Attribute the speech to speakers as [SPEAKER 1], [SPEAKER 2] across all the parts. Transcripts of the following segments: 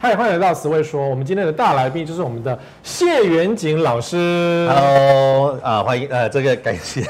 [SPEAKER 1] 嗨，欢迎来到十位说，我们今天的大来宾就是我们的谢元景老师。
[SPEAKER 2] Hello，啊，欢迎，呃，这个感谢。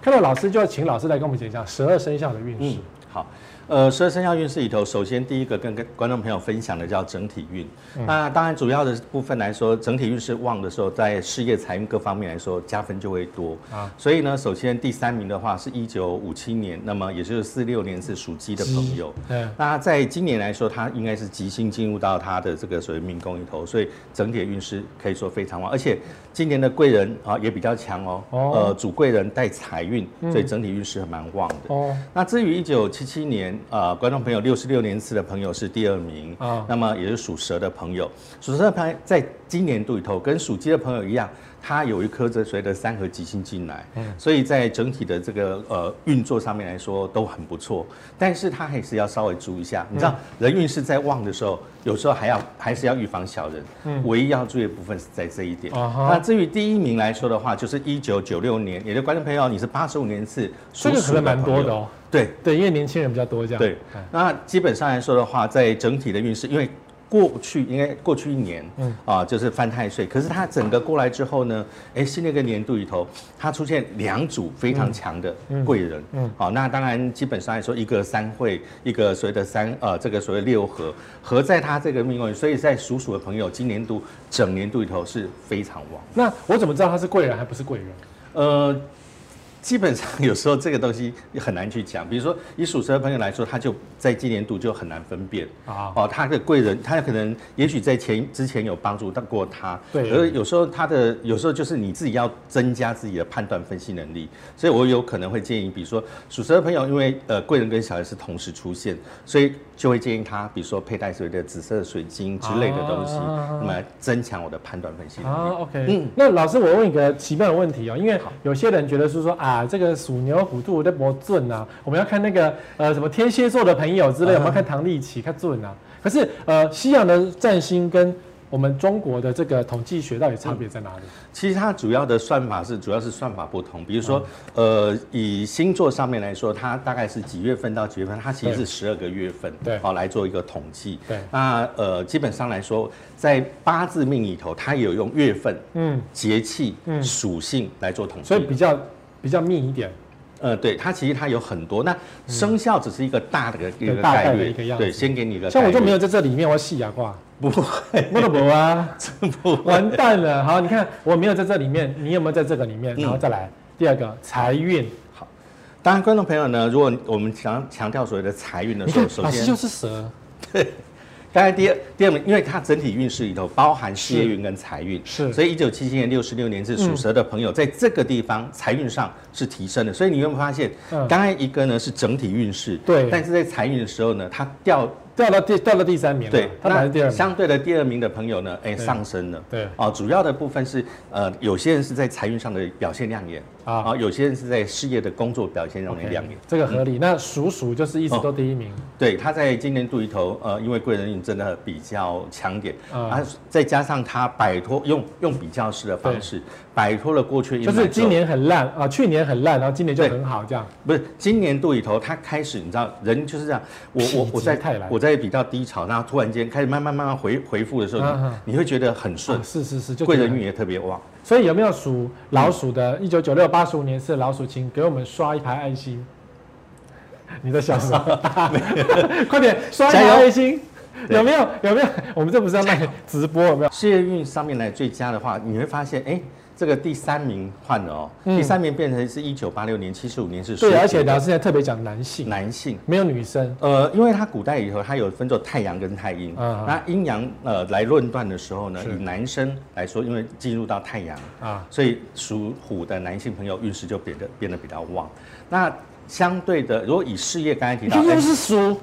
[SPEAKER 1] 看到老师就要请老师来跟我们讲一下十二生肖的运势。
[SPEAKER 2] 嗯，好，呃，十二生肖运势里头，首先第一个跟跟观众朋友分享的叫整体运。那当然主要的部分来说，整体运势旺的时候，在事业、财运各方面来说，加分就会多。
[SPEAKER 1] 啊
[SPEAKER 2] 啊，所以呢，首先第三名的话是一九五七年，那么也就是四六年是属鸡的朋友。
[SPEAKER 1] 对，
[SPEAKER 2] 那在今年来说，它应该是吉星进入到它的这个所谓命宫里头，所以整体的运势可以说非常旺，而且今年的贵人啊也比较强哦，
[SPEAKER 1] 哦
[SPEAKER 2] 呃，主贵人带财运，所以整体运势还蛮旺的。
[SPEAKER 1] 哦，
[SPEAKER 2] 那至于一九七七年，呃，观众朋友六十六年次的朋友是第二名，
[SPEAKER 1] 啊
[SPEAKER 2] 那么也是属蛇的朋友，属蛇的朋友在今年度里头跟属鸡的朋友一样，它有一颗这所谓的三合吉星进来，
[SPEAKER 1] 嗯
[SPEAKER 2] 所以在整体的这个呃运作上面来说都很不错，但是它还是要稍微注意一下，你知道
[SPEAKER 1] 嗯
[SPEAKER 2] 人运势在旺的时候，有时候还要还是要预防小人，唯一要注意的部分是在这一点。
[SPEAKER 1] 嗯啊哈
[SPEAKER 2] 那至于第一名来说的话，就是一九九六年，也就观众朋友你是八十五年次属
[SPEAKER 1] 这个可
[SPEAKER 2] 鼠的
[SPEAKER 1] 能蛮
[SPEAKER 2] 朋
[SPEAKER 1] 多
[SPEAKER 2] 友
[SPEAKER 1] 的哦。
[SPEAKER 2] 对，
[SPEAKER 1] 对，因为年轻人比较多这样。
[SPEAKER 2] 对，那基本上来说的话，在整体的运势，因为过去应该过去一年，嗯啊，就是犯太岁，可是它整个过来之后呢，哎，新的一个年度里头，它出现两组非常强的贵人，嗯，好、那当然基本上来说，一个三会，一个所谓的三呃，这个所谓六合，合在它这个命宫里，所以在属鼠的朋友，今年度整年度里头是非常旺。
[SPEAKER 1] 那我怎么知道他是贵人还不是贵人？
[SPEAKER 2] 呃，基本上有时候这个东西很难去讲。比如说，以属蛇的朋友来说，他就在今年度就很难分辨
[SPEAKER 1] 啊
[SPEAKER 2] 哦，他的贵人，他可能也许在前之前有帮助到过他，
[SPEAKER 1] 对
[SPEAKER 2] 而有时候他的有时候就是你自己要增加自己的判断分析能力。所以我有可能会建议，比如说属蛇的朋友，因为呃贵人跟小人是同时出现，所以就会建议他，比如说佩戴所谓的紫色水晶之类的东西，
[SPEAKER 1] 啊
[SPEAKER 2] 那么来增强我的判断分析能力。
[SPEAKER 1] 啊，OK，那
[SPEAKER 2] 嗯
[SPEAKER 1] 老师，我问一个奇妙的问题哦，因为有些人觉得是说啊，这个属牛、虎、兔的不准啊，我们要看那个呃什么天蝎座的朋友
[SPEAKER 2] 啊
[SPEAKER 1] 之类，我们要看唐立奇、看准啊。可是呃，西洋的占星跟我们中国的这个统计学到底差别在哪里？
[SPEAKER 2] 其实它主要的算法是主要是算法不同，比如说，
[SPEAKER 1] 嗯
[SPEAKER 2] 呃，以星座上面来说，它大概是几月份到几月份，它其实
[SPEAKER 1] 对
[SPEAKER 2] 是十二个月份，
[SPEAKER 1] 对
[SPEAKER 2] 好、来做一个统计。
[SPEAKER 1] 对
[SPEAKER 2] 那呃，基本上来说，在八字命里头，它也有用月份、
[SPEAKER 1] 嗯，
[SPEAKER 2] 节气、
[SPEAKER 1] 嗯
[SPEAKER 2] 属性来做统计，
[SPEAKER 1] 所以比较比较密一点。
[SPEAKER 2] 呃，对它其实它有很多，那生肖只是一个大的一
[SPEAKER 1] 对
[SPEAKER 2] 个
[SPEAKER 1] 嗯大概
[SPEAKER 2] 概
[SPEAKER 1] 的
[SPEAKER 2] 率，
[SPEAKER 1] 一个样子
[SPEAKER 2] 对，先给你一个概
[SPEAKER 1] 像
[SPEAKER 2] 率，
[SPEAKER 1] 我就没有在这里面，我戏牙挂，
[SPEAKER 2] 嗯不会，
[SPEAKER 1] 我都没有啊，完蛋了。好，你看我没有在这里面，你有没有在这个里
[SPEAKER 2] 嗯
[SPEAKER 1] 面？然后再来第二个财运，
[SPEAKER 2] 当然，观众朋友呢，如果我们强强调所谓的财运的
[SPEAKER 1] 你
[SPEAKER 2] 时候，
[SPEAKER 1] 看
[SPEAKER 2] 首
[SPEAKER 1] 老
[SPEAKER 2] 先
[SPEAKER 1] 师就是蛇，
[SPEAKER 2] 当然，第二第二名，因为它整体运势里头包含事业运跟财运，
[SPEAKER 1] 是
[SPEAKER 2] 所以一九七七年六十六年是属蛇的朋友，在这个地方财运上是提升的，所以你有没有发现
[SPEAKER 1] 嗯，
[SPEAKER 2] 刚才一个呢是整体运势，
[SPEAKER 1] 对
[SPEAKER 2] 但是在财运的时候呢，它掉
[SPEAKER 1] 掉到第掉到第三名了，
[SPEAKER 2] 对，
[SPEAKER 1] 他排第二名，
[SPEAKER 2] 相对的第二名的朋友呢，哎，上升了。
[SPEAKER 1] 对
[SPEAKER 2] 哦，主要的部分是呃，有些人是在财运上的表现亮眼哦
[SPEAKER 1] 啊
[SPEAKER 2] 有些人是在事业的工作表现上的
[SPEAKER 1] OK，
[SPEAKER 2] 亮眼。
[SPEAKER 1] 这个
[SPEAKER 2] 嗯
[SPEAKER 1] 合理。那属鼠就是一直都第一名，
[SPEAKER 2] 对，他在今年度里头，呃，因为贵人运真的比较强点，
[SPEAKER 1] 嗯
[SPEAKER 2] 啊，再加上他摆脱用用比较式的方式，摆脱了过去一
[SPEAKER 1] 就
[SPEAKER 2] 满
[SPEAKER 1] 是今
[SPEAKER 2] 周
[SPEAKER 1] 年很烂啊，去年很烂，然后今年就
[SPEAKER 2] 对
[SPEAKER 1] 很好，这样
[SPEAKER 2] 不是今年度里头，他开始你知道人就是这样，我
[SPEAKER 1] 否极
[SPEAKER 2] 我我在
[SPEAKER 1] 泰来
[SPEAKER 2] 我在比较低潮，然后突然间开始慢慢慢慢回回复的时候，
[SPEAKER 1] 啊哈
[SPEAKER 2] 你你会觉得很顺
[SPEAKER 1] 啊，是是是，就
[SPEAKER 2] 贵
[SPEAKER 1] 觉得
[SPEAKER 2] 人运。也特别旺。
[SPEAKER 1] 所以有没有属老鼠的？一九九六八十五年是老鼠，请给我们刷一排爱心。你在想什么？ 快点刷一排
[SPEAKER 2] 加油
[SPEAKER 1] 爱心。
[SPEAKER 2] 对
[SPEAKER 1] 有没有？有没有？我们这不是要卖直播？有没有？
[SPEAKER 2] 事业运上面来最佳的话，你会发现，哎，这个第三名换了哦，
[SPEAKER 1] 嗯
[SPEAKER 2] 第三名变成是一九八六年、七十五年是
[SPEAKER 1] 对，
[SPEAKER 2] 水
[SPEAKER 1] 而且
[SPEAKER 2] 瓶
[SPEAKER 1] 老师现在特别讲男性，
[SPEAKER 2] 男性。
[SPEAKER 1] 没有女生。
[SPEAKER 2] 呃，因为它古代里头它有分作太阳跟太阴，
[SPEAKER 1] 嗯
[SPEAKER 2] 那阴阳呃来论断的时候呢，
[SPEAKER 1] 是
[SPEAKER 2] 以男生来说，因为进入到太阳
[SPEAKER 1] 啊
[SPEAKER 2] 啊，所以属虎的男性朋友运势就变得变得比较旺。那相对的，如果以事业刚才提
[SPEAKER 1] 你
[SPEAKER 2] 到
[SPEAKER 1] 看，
[SPEAKER 2] 哎
[SPEAKER 1] 又是鼠，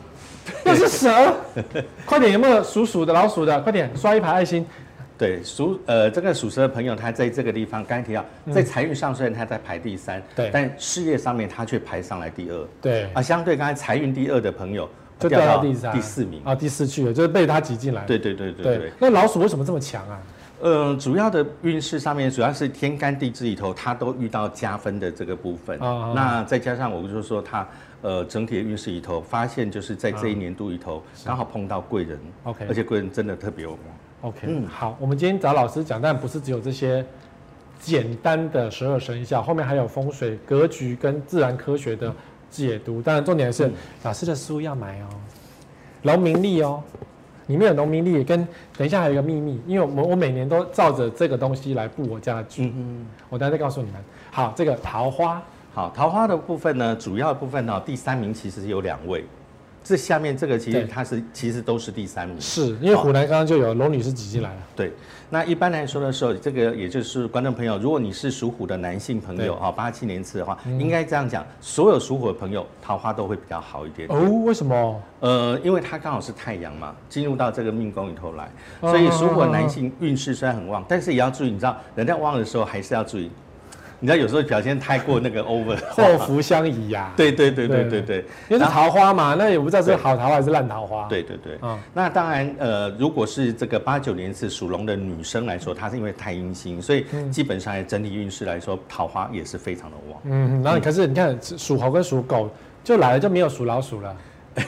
[SPEAKER 1] 又是蛇， 快点，有没有属鼠的、老鼠的？快点刷一排爱心。
[SPEAKER 2] 哎对属呃这个属蛇的朋友，他在这个地方刚才提到，在财运上虽然他在排第三，
[SPEAKER 1] 嗯对
[SPEAKER 2] 但事业上面他却排上来第二，
[SPEAKER 1] 对，
[SPEAKER 2] 啊，相对刚才财运第二的朋友
[SPEAKER 1] 就掉到第三、
[SPEAKER 2] 第四名，
[SPEAKER 1] 啊，第四去了，就是被他挤进来。
[SPEAKER 2] 对对对对对。
[SPEAKER 1] 那老鼠为什么这么强啊？
[SPEAKER 2] 呃，主要的运势上面，主要是天干地支里头，它都遇到加分的这个部分。
[SPEAKER 1] 哦哦
[SPEAKER 2] 那再加上我就说它呃整体的运势里头，发现就是在这一年度里头，刚好碰到贵人
[SPEAKER 1] 啊 OK
[SPEAKER 2] 而且贵人真的特别有用。
[SPEAKER 1] OK，、
[SPEAKER 2] 嗯
[SPEAKER 1] 好，我们今天找老师讲，但不是只有这些简单的十二生肖，后面还有风水格局跟自然科学的解读。当然，重点是、
[SPEAKER 2] 嗯
[SPEAKER 1] 老师的书要买哦，《农民历》哦，里面有农民历，跟等一下还有一个秘密，因为我我每年都照着这个东西来布我家的局，
[SPEAKER 2] 嗯嗯。
[SPEAKER 1] 我待会再告诉你们。好，这个桃花
[SPEAKER 2] 好，桃花的部分呢，主要部分呢，第三名其实有两位，这下面这个其
[SPEAKER 1] 对
[SPEAKER 2] 实它是其实都是第三名。
[SPEAKER 1] 是因为湖南刚刚就有龙女士挤进来了，
[SPEAKER 2] 对，那一般来说的时候，这个也就是观众朋友，如果你是属虎的男性朋友哈，八七年次的话，
[SPEAKER 1] 嗯
[SPEAKER 2] 应该这样讲，所有属虎的朋友桃花都会比较好一点。
[SPEAKER 1] 哦，为什 么？
[SPEAKER 2] 呃，因为它刚好是太阳嘛，进入到这个命宫里头来，
[SPEAKER 1] 哦
[SPEAKER 2] 所以属火男性运势虽然很旺，但是也要注意，你知道人在旺的时候还是要注意，你知道有时候表现太过那个 over，
[SPEAKER 1] 祸福相倚呀、，
[SPEAKER 2] 对对对对
[SPEAKER 1] 对
[SPEAKER 2] 对对，
[SPEAKER 1] 因为
[SPEAKER 2] 然
[SPEAKER 1] 是
[SPEAKER 2] 后
[SPEAKER 1] 桃花嘛，那也不知道是好桃花还是烂桃花。，
[SPEAKER 2] 对对对。
[SPEAKER 1] 嗯，
[SPEAKER 2] 那当然，呃，如果是这个八九年次属龙的女生来说，她是因为太阴星，所以基本上整体运势来说，桃花也是非常的旺。
[SPEAKER 1] 嗯，然后可是你看属猴跟属狗就来了就没有属老鼠了，
[SPEAKER 2] 啊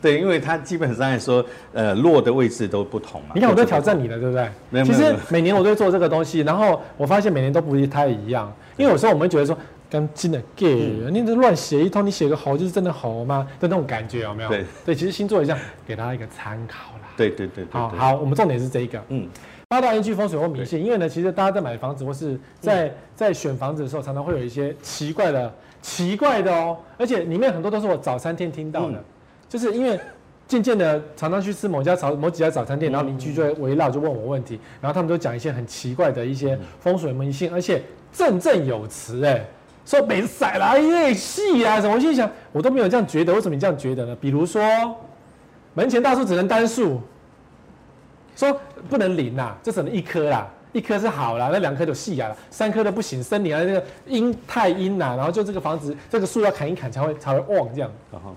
[SPEAKER 2] 对，因为它基本上来说，呃，落的位置都不同嘛。
[SPEAKER 1] 你看我
[SPEAKER 2] 都
[SPEAKER 1] 在挑战你了，对不对？
[SPEAKER 2] 没有
[SPEAKER 1] 其
[SPEAKER 2] 没有
[SPEAKER 1] 实
[SPEAKER 2] 没有
[SPEAKER 1] 每年我都会做这个东西，然后我发现每年都不太一样，因为有时候我们会觉得说。跟真的 gay，、你
[SPEAKER 2] 嗯
[SPEAKER 1] 这乱写一通，你写个猴就是真的猴吗？的那种感觉有没有？
[SPEAKER 2] 对
[SPEAKER 1] 对，其实星座也这样，给大家一个参考啦。
[SPEAKER 2] 对对对对
[SPEAKER 1] 好
[SPEAKER 2] 对。
[SPEAKER 1] 哦好，我们重点是这一个
[SPEAKER 2] 嗯，
[SPEAKER 1] 八大依据风水或迷信，因为呢，其实大家在买房子或是在、
[SPEAKER 2] 嗯
[SPEAKER 1] 在选房子的时候，常常会有一些奇怪的、奇怪的哦，而且里面很多都是我早餐店听到的，
[SPEAKER 2] 嗯
[SPEAKER 1] 就是因为渐渐的常常去吃某家早某几家早餐店，然后邻居就会围绕就问我问题，然后他们就讲一些很奇怪的一
[SPEAKER 2] 嗯
[SPEAKER 1] 些风水迷信，而且振振有词哎。说没塞啦，越细啊，什么？我心里想，我都没有这样觉得，为什么你这样觉得呢？比如说，门前大树只能单数，说不能零啦，这只能一颗啦，一颗是好啦，那两颗就细啊啦，三颗的不行，森林啊那个阴太阴啦，然后就这个房子这个树要砍一砍才会才会旺这样。
[SPEAKER 2] 然后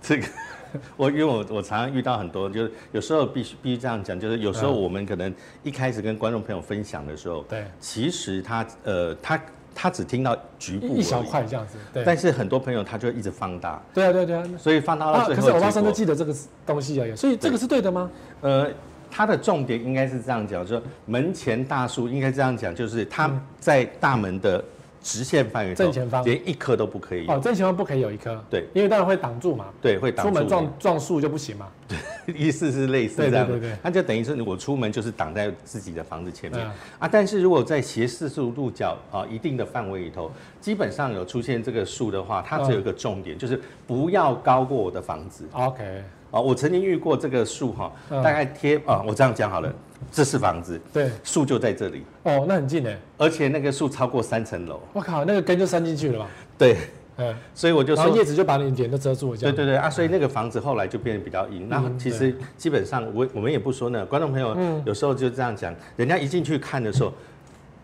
[SPEAKER 2] 这个 我因为我我常常遇到很多，就是有时候必须必须这样讲，就是有时候
[SPEAKER 1] 嗯
[SPEAKER 2] 我们可能一开始跟观众朋友分享的时候，
[SPEAKER 1] 对，
[SPEAKER 2] 其实他呃他他只听到局部
[SPEAKER 1] 一一小
[SPEAKER 2] 而已，
[SPEAKER 1] 块这样子。对，
[SPEAKER 2] 但是很多朋友他就一直放大。
[SPEAKER 1] 对啊对啊对啊。
[SPEAKER 2] 所以放大
[SPEAKER 1] 啊
[SPEAKER 2] 到！最
[SPEAKER 1] 可
[SPEAKER 2] 后，
[SPEAKER 1] 是
[SPEAKER 2] 结
[SPEAKER 1] 我
[SPEAKER 2] 果。
[SPEAKER 1] 妈生都记得这个东西而已，所以这个是对的吗？
[SPEAKER 2] 呃，它的重点应该是这样讲，就是门前大树应该这样讲，就是它在大门的直线范围中
[SPEAKER 1] 正前方
[SPEAKER 2] 连一棵都不可以有，
[SPEAKER 1] 哦，正前方不可以有一颗，
[SPEAKER 2] 对，
[SPEAKER 1] 因为当然会挡住嘛，
[SPEAKER 2] 对，会挡
[SPEAKER 1] 出
[SPEAKER 2] 住
[SPEAKER 1] 门
[SPEAKER 2] 你。
[SPEAKER 1] 撞撞树就不行嘛。
[SPEAKER 2] 意思是类似
[SPEAKER 1] 对对
[SPEAKER 2] 这样
[SPEAKER 1] 对
[SPEAKER 2] 的，
[SPEAKER 1] 对
[SPEAKER 2] 那就等于是我出门就是挡在自己的房子前面、
[SPEAKER 1] 嗯
[SPEAKER 2] 啊。但是如果在斜四十五度角啊一定的范围里头，基本上有出现这个树的话，它只有一
[SPEAKER 1] 嗯
[SPEAKER 2] 个重点，就是不要高过我的房子
[SPEAKER 1] OK，
[SPEAKER 2] 啊。我曾经遇过这个树哈、
[SPEAKER 1] 嗯
[SPEAKER 2] 大概贴啊，我这样讲好了，这是房子，
[SPEAKER 1] 对，
[SPEAKER 2] 树就在这里。
[SPEAKER 1] 哦，那很近哎，
[SPEAKER 2] 而且那个树超过三层楼，
[SPEAKER 1] 我靠，那个根就伸进去了嘛，
[SPEAKER 2] 对，
[SPEAKER 1] 嗯，
[SPEAKER 2] 所以我就
[SPEAKER 1] 然后
[SPEAKER 2] 说，
[SPEAKER 1] 叶子就把你脸都遮住了，这
[SPEAKER 2] 对
[SPEAKER 1] 样。
[SPEAKER 2] 对对啊，所以那个房子后来就变得比较阴。那
[SPEAKER 1] 嗯
[SPEAKER 2] 其实基本上我我们也不说呢，观众朋友有时候就这样讲，人家一进去看的时候，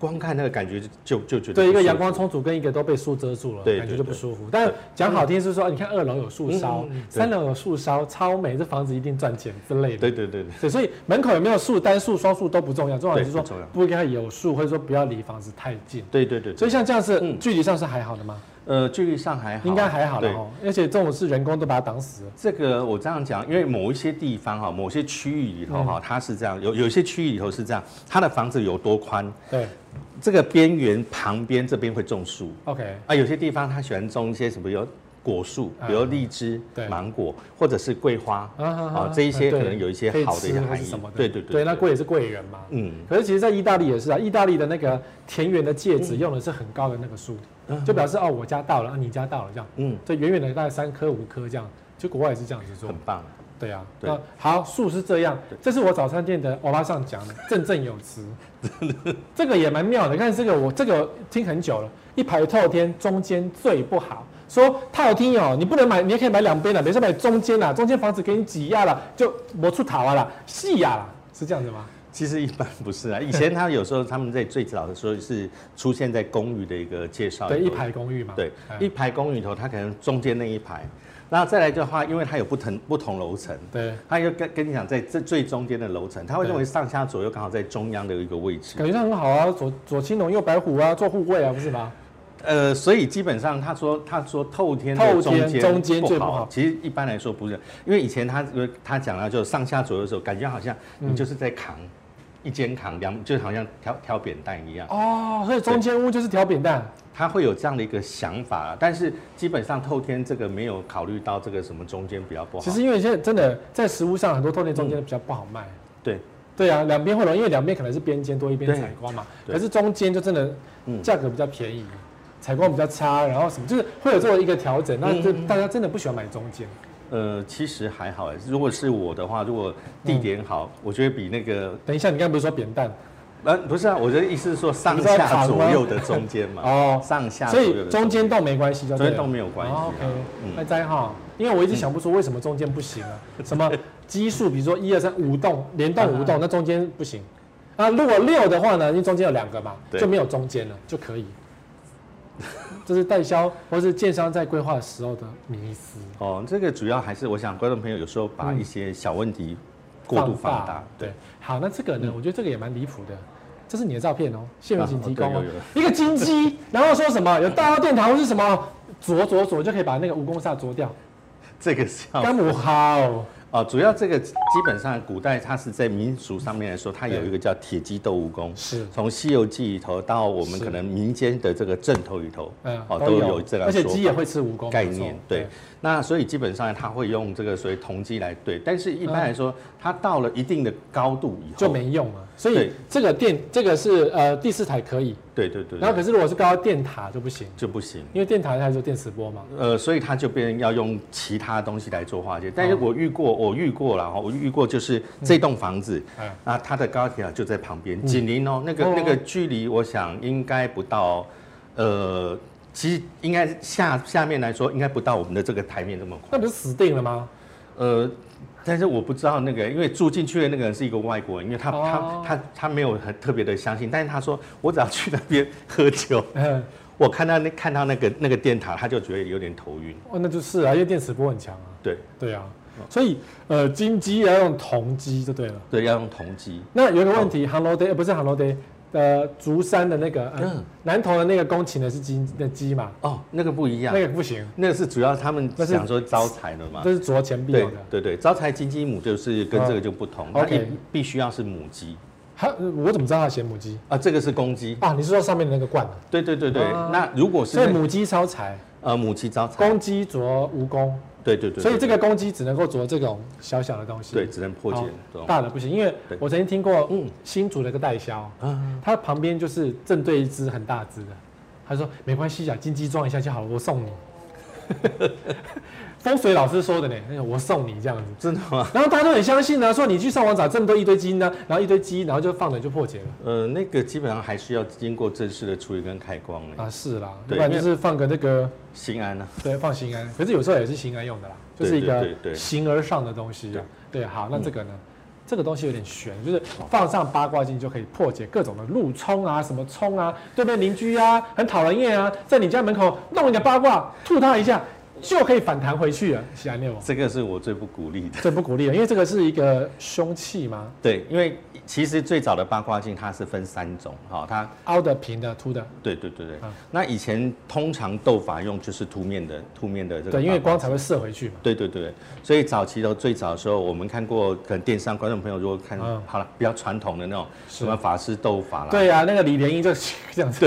[SPEAKER 2] 光看那个感觉就就就觉得
[SPEAKER 1] 对，一个
[SPEAKER 2] 不舒服
[SPEAKER 1] 阳光，充足跟一个都被树遮住了，
[SPEAKER 2] 对
[SPEAKER 1] 感觉
[SPEAKER 2] 对
[SPEAKER 1] 就不舒服。但讲好听是说，你看二楼有树梢
[SPEAKER 2] 嗯嗯嗯，对
[SPEAKER 1] 三楼有树梢，超美，这房子一定赚钱之类的。
[SPEAKER 2] 对对对对
[SPEAKER 1] 对，所以门口有没有树，单树、双树都不重要，重要的是说
[SPEAKER 2] 对不重要
[SPEAKER 1] 不应该有树，或者说不要离房子太近。
[SPEAKER 2] 对对对，
[SPEAKER 1] 所以像这样是
[SPEAKER 2] 嗯
[SPEAKER 1] 距离上是还好的吗？
[SPEAKER 2] 呃，距离上还好，
[SPEAKER 1] 应该还好的
[SPEAKER 2] 对
[SPEAKER 1] 哦。而且这种是人工都把它挡死了。
[SPEAKER 2] 这个我这样讲，因为某一些地方哈，某些区域里头哈，
[SPEAKER 1] 嗯
[SPEAKER 2] 它是这样，有有一些区域里头是这样，它的房子有多宽，
[SPEAKER 1] 对
[SPEAKER 2] 这个边缘旁边这边会种树，
[SPEAKER 1] ，OK，
[SPEAKER 2] 啊，有些地方他喜欢种一些什么有果树，比如荔枝
[SPEAKER 1] 啊对、
[SPEAKER 2] 芒果，或者是桂花
[SPEAKER 1] 啊啊
[SPEAKER 2] 啊，这一些可
[SPEAKER 1] 对
[SPEAKER 2] 能有一些好的
[SPEAKER 1] 可以
[SPEAKER 2] 一些
[SPEAKER 1] 吃或
[SPEAKER 2] 含
[SPEAKER 1] 是
[SPEAKER 2] 义
[SPEAKER 1] 什么。的。
[SPEAKER 2] 对对
[SPEAKER 1] 对，那贵也是贵人嘛。
[SPEAKER 2] 嗯，
[SPEAKER 1] 可是其实，在意大利也是啊，意大利的那个田园的戒
[SPEAKER 2] 嗯
[SPEAKER 1] 指用的是很高的那个树，就表示哦，我家到了，啊你家到了这样，
[SPEAKER 2] 嗯，
[SPEAKER 1] 就远远的大概三棵五棵这样，就国外也是这样子做
[SPEAKER 2] 很，棒。
[SPEAKER 1] 对啊，
[SPEAKER 2] 对
[SPEAKER 1] 那好，树是这样，这是我早餐店的欧巴上讲的，振振有 词，这个也蛮妙的，看这个我这个听很久了，一排透天中间最不好。说套厅哦，你不能买，你也可以买两边的，别说买中间啦，中间房子给你挤压了，就磨出桃啊啦，细呀啦，是这样子吗？
[SPEAKER 2] 其实一般不是啊，以前他有时候他们在最早的时候是出现在公寓的一个介绍，
[SPEAKER 1] 对，一，排公寓嘛。
[SPEAKER 2] 对，
[SPEAKER 1] 嗯
[SPEAKER 2] 一排公寓里头，它可能中间那一排，那再来的话，因为它有不同不同楼层。
[SPEAKER 1] 对，
[SPEAKER 2] 他就跟跟你讲，在这最中间的楼层，他会认为上下左右刚好在中央的一个位置。
[SPEAKER 1] 感觉上很好啊，左左青龙右白虎啊，做护卫啊，不是吗？
[SPEAKER 2] 呃，所以基本上他说他说透天
[SPEAKER 1] 透
[SPEAKER 2] 的
[SPEAKER 1] 天
[SPEAKER 2] 间
[SPEAKER 1] 中间最不好
[SPEAKER 2] 好，其实一般来说不是，因为以前他呃他讲到就上下左右的时候，感觉好像你就是在扛、一肩扛两，就好像挑挑扁担一样。
[SPEAKER 1] 哦，所以中间屋就是调扁担，
[SPEAKER 2] 他会有这样的一个想法，但是基本上透天这个没有考虑到这个什么中间比较不好。
[SPEAKER 1] 其实因为现在真的在食物上很多透天中间比较不好卖。
[SPEAKER 2] 对，
[SPEAKER 1] 对啊，两边会容易，因为两边可能是边间多一边
[SPEAKER 2] 对
[SPEAKER 1] 采光嘛，
[SPEAKER 2] 对
[SPEAKER 1] 可是中间就真的
[SPEAKER 2] 嗯
[SPEAKER 1] 价格比较便宜，采光比较差，然后什么就是会有做一个调整，那就
[SPEAKER 2] 嗯嗯嗯
[SPEAKER 1] 大家真的不喜欢买中间，
[SPEAKER 2] 呃，其实还好哎。如果是我的话，如果地
[SPEAKER 1] 嗯
[SPEAKER 2] 点好，我觉得比那个
[SPEAKER 1] 等一下，你刚才不是说扁担？
[SPEAKER 2] 呃不是啊，我的意思是说上
[SPEAKER 1] 你说
[SPEAKER 2] 下
[SPEAKER 1] 长
[SPEAKER 2] 左
[SPEAKER 1] 吗
[SPEAKER 2] 右的中间嘛。
[SPEAKER 1] 哦
[SPEAKER 2] 上下
[SPEAKER 1] 所
[SPEAKER 2] 左右的
[SPEAKER 1] 以中间栋没关系，就对了
[SPEAKER 2] 中间栋没有关系啊
[SPEAKER 1] 哦 OK，
[SPEAKER 2] 嗯
[SPEAKER 1] 那在哈，因为我一直想不出为什么中间不行 啊，什么基数，比如说一二三五栋连
[SPEAKER 2] 嗯
[SPEAKER 1] 栋五栋，那中间不行。啊，如果六的话呢，因为中间有两个嘛，
[SPEAKER 2] 对
[SPEAKER 1] 就没有中间了，就可以。这是代销或是建商在规划的时候的迷思。
[SPEAKER 2] 哦，这个主要还是我想观众朋友有时候把
[SPEAKER 1] 嗯
[SPEAKER 2] 一些小问题过度放大，嗯
[SPEAKER 1] 对，好，那这个呢，我觉得这个也蛮离谱的。这是你的照片哦，谢文琴提供
[SPEAKER 2] 啊
[SPEAKER 1] 哦
[SPEAKER 2] 对有
[SPEAKER 1] 一
[SPEAKER 2] 有，
[SPEAKER 1] 个金鸡，然后说什么有大到殿堂或是什么啄啄啄，就可以把那个蜈蚣煞啄掉。
[SPEAKER 2] 这个是要
[SPEAKER 1] 干母好，
[SPEAKER 2] 哦，主要这个基本上古代它是在民俗上面来说，它有一个叫铁鸡斗蜈蚣，
[SPEAKER 1] 是
[SPEAKER 2] 从《西游记》里头到我们
[SPEAKER 1] 是
[SPEAKER 2] 可能民间的这个正头里头，
[SPEAKER 1] 嗯，
[SPEAKER 2] 哦都有这样
[SPEAKER 1] 而且
[SPEAKER 2] 说
[SPEAKER 1] 鸡也会吃蜈蚣
[SPEAKER 2] 概
[SPEAKER 1] 没错
[SPEAKER 2] 念对，那所以基本上它会用这个所谓铜鸡来对，但是一般来说，它到了一定的高度以后
[SPEAKER 1] 嗯就没用了。所以
[SPEAKER 2] 哦对
[SPEAKER 1] 这个电这个是呃第四台可以，
[SPEAKER 2] 对对对，
[SPEAKER 1] 然后可是如果是高到电塔就不行，
[SPEAKER 2] 就不行。
[SPEAKER 1] 因为电塔它就电磁波嘛。
[SPEAKER 2] 呃，所以他就变成要用其他东西来做化解。但
[SPEAKER 1] 哦
[SPEAKER 2] 是我遇过，我遇过了哈，我遇过就是这栋房子，
[SPEAKER 1] 嗯
[SPEAKER 2] 啊，它的高铁啊就在旁边，紧邻哦，那个
[SPEAKER 1] 哦
[SPEAKER 2] 那个距离，我想应该不到，呃，其实应该下下面来说，应该不到我们的这个台面这么
[SPEAKER 1] 那
[SPEAKER 2] 宽，
[SPEAKER 1] 不是死定了吗？
[SPEAKER 2] 呃。但是我不知道那个，因为住进去的那个人是一个外国人，因为他、
[SPEAKER 1] 哦
[SPEAKER 2] 他他他没有很特别的相信，但是他说我只要去那边喝酒，
[SPEAKER 1] 嗯，
[SPEAKER 2] 我看到那看到那个那个电塔，他就觉得有点头晕，
[SPEAKER 1] 哦，那就是啊，因为电磁波很强啊。
[SPEAKER 2] 对。
[SPEAKER 1] 对啊，
[SPEAKER 2] 哦
[SPEAKER 1] 所以呃金鸡要用铜鸡就对了。
[SPEAKER 2] 对，要用铜机。
[SPEAKER 1] 那有一个问
[SPEAKER 2] 哦
[SPEAKER 1] 题，航楼 day 呃不是航楼 day，呃竹山的那个呃
[SPEAKER 2] 嗯
[SPEAKER 1] 南投的那个宫崎的是金的鸡嘛，
[SPEAKER 2] 哦，那个不一样，
[SPEAKER 1] 那
[SPEAKER 2] 那个
[SPEAKER 1] 个不行，
[SPEAKER 2] 是主要他们
[SPEAKER 1] 那是
[SPEAKER 2] 想说招财的嘛。
[SPEAKER 1] 这是左前必
[SPEAKER 2] 对
[SPEAKER 1] 有的。
[SPEAKER 2] 对对，招财金鸡母就是跟这个就不同，
[SPEAKER 1] 哦
[SPEAKER 2] 它一
[SPEAKER 1] OK
[SPEAKER 2] 必须要是母鸡
[SPEAKER 1] 它呃我怎么知道它写母鸡？
[SPEAKER 2] 啊，这个是公鸡。
[SPEAKER 1] 啊，你是说上面的那个罐啊？
[SPEAKER 2] 对对对对
[SPEAKER 1] 啊，
[SPEAKER 2] 那如果是
[SPEAKER 1] 所以
[SPEAKER 2] 那
[SPEAKER 1] 母鸡招财，
[SPEAKER 2] 呃母鸡招财，
[SPEAKER 1] 公鸡啄蜈蚣，
[SPEAKER 2] 对对对，
[SPEAKER 1] 所以这
[SPEAKER 2] 个
[SPEAKER 1] 个公鸡只能够啄这种小小的东西。
[SPEAKER 2] 对只能破解这
[SPEAKER 1] 好
[SPEAKER 2] 种。
[SPEAKER 1] 大的不行，因为
[SPEAKER 2] 对
[SPEAKER 1] 我曾经听过
[SPEAKER 2] 嗯
[SPEAKER 1] 新竹的一个代销，
[SPEAKER 2] 啊，
[SPEAKER 1] 他旁边就是正对一只很大只的，他说没关系啊，金鸡装一下就好了，我送你。 风水老师说的呢，哎我送你这样子，
[SPEAKER 2] 真的吗？
[SPEAKER 1] 然后大家都很相信呢、啊说你去上网找这么多一堆鸡呢、然后一堆鸡，然后就放了就破解了
[SPEAKER 2] 呃，那个基本上还是要经过正式的处理跟开光的。
[SPEAKER 1] 啊，是啦，要
[SPEAKER 2] 对
[SPEAKER 1] 不然就
[SPEAKER 2] 因
[SPEAKER 1] 是放个那个
[SPEAKER 2] 心安啊，
[SPEAKER 1] 对，放心安，可是有时候也是心安用的啦，就是一
[SPEAKER 2] 对对对
[SPEAKER 1] 个
[SPEAKER 2] 对嗯
[SPEAKER 1] 形而上的东西啊。对，好，那这个呢，这个东西有点悬，就是放上八卦镜就可以破解各种的路冲啊、什么冲啊、对面邻居啊，很讨人厌啊，在你家门口弄一个八卦，吐他一下就可以反弹回去了，喜安念我，
[SPEAKER 2] 这个是我最不鼓励的。
[SPEAKER 1] 这不鼓励了，因为这个是一个凶器嘛，
[SPEAKER 2] 对，因为其实最早的八卦镜它是分三种，哈，它
[SPEAKER 1] 凹的、平的、凸的，
[SPEAKER 2] 对对对对，
[SPEAKER 1] 啊
[SPEAKER 2] 那以前通常斗法用就是凸面的，凸面的这个。
[SPEAKER 1] 对，因为光。才会射回去嘛。
[SPEAKER 2] 对对对，所以早期的最早的时候，我们看过，可能电商观众朋友如果看、
[SPEAKER 1] 嗯
[SPEAKER 2] 好了，比较传统的那种
[SPEAKER 1] 是
[SPEAKER 2] 什么法师斗法啦，
[SPEAKER 1] 对啊，那个李莲英就 这样子。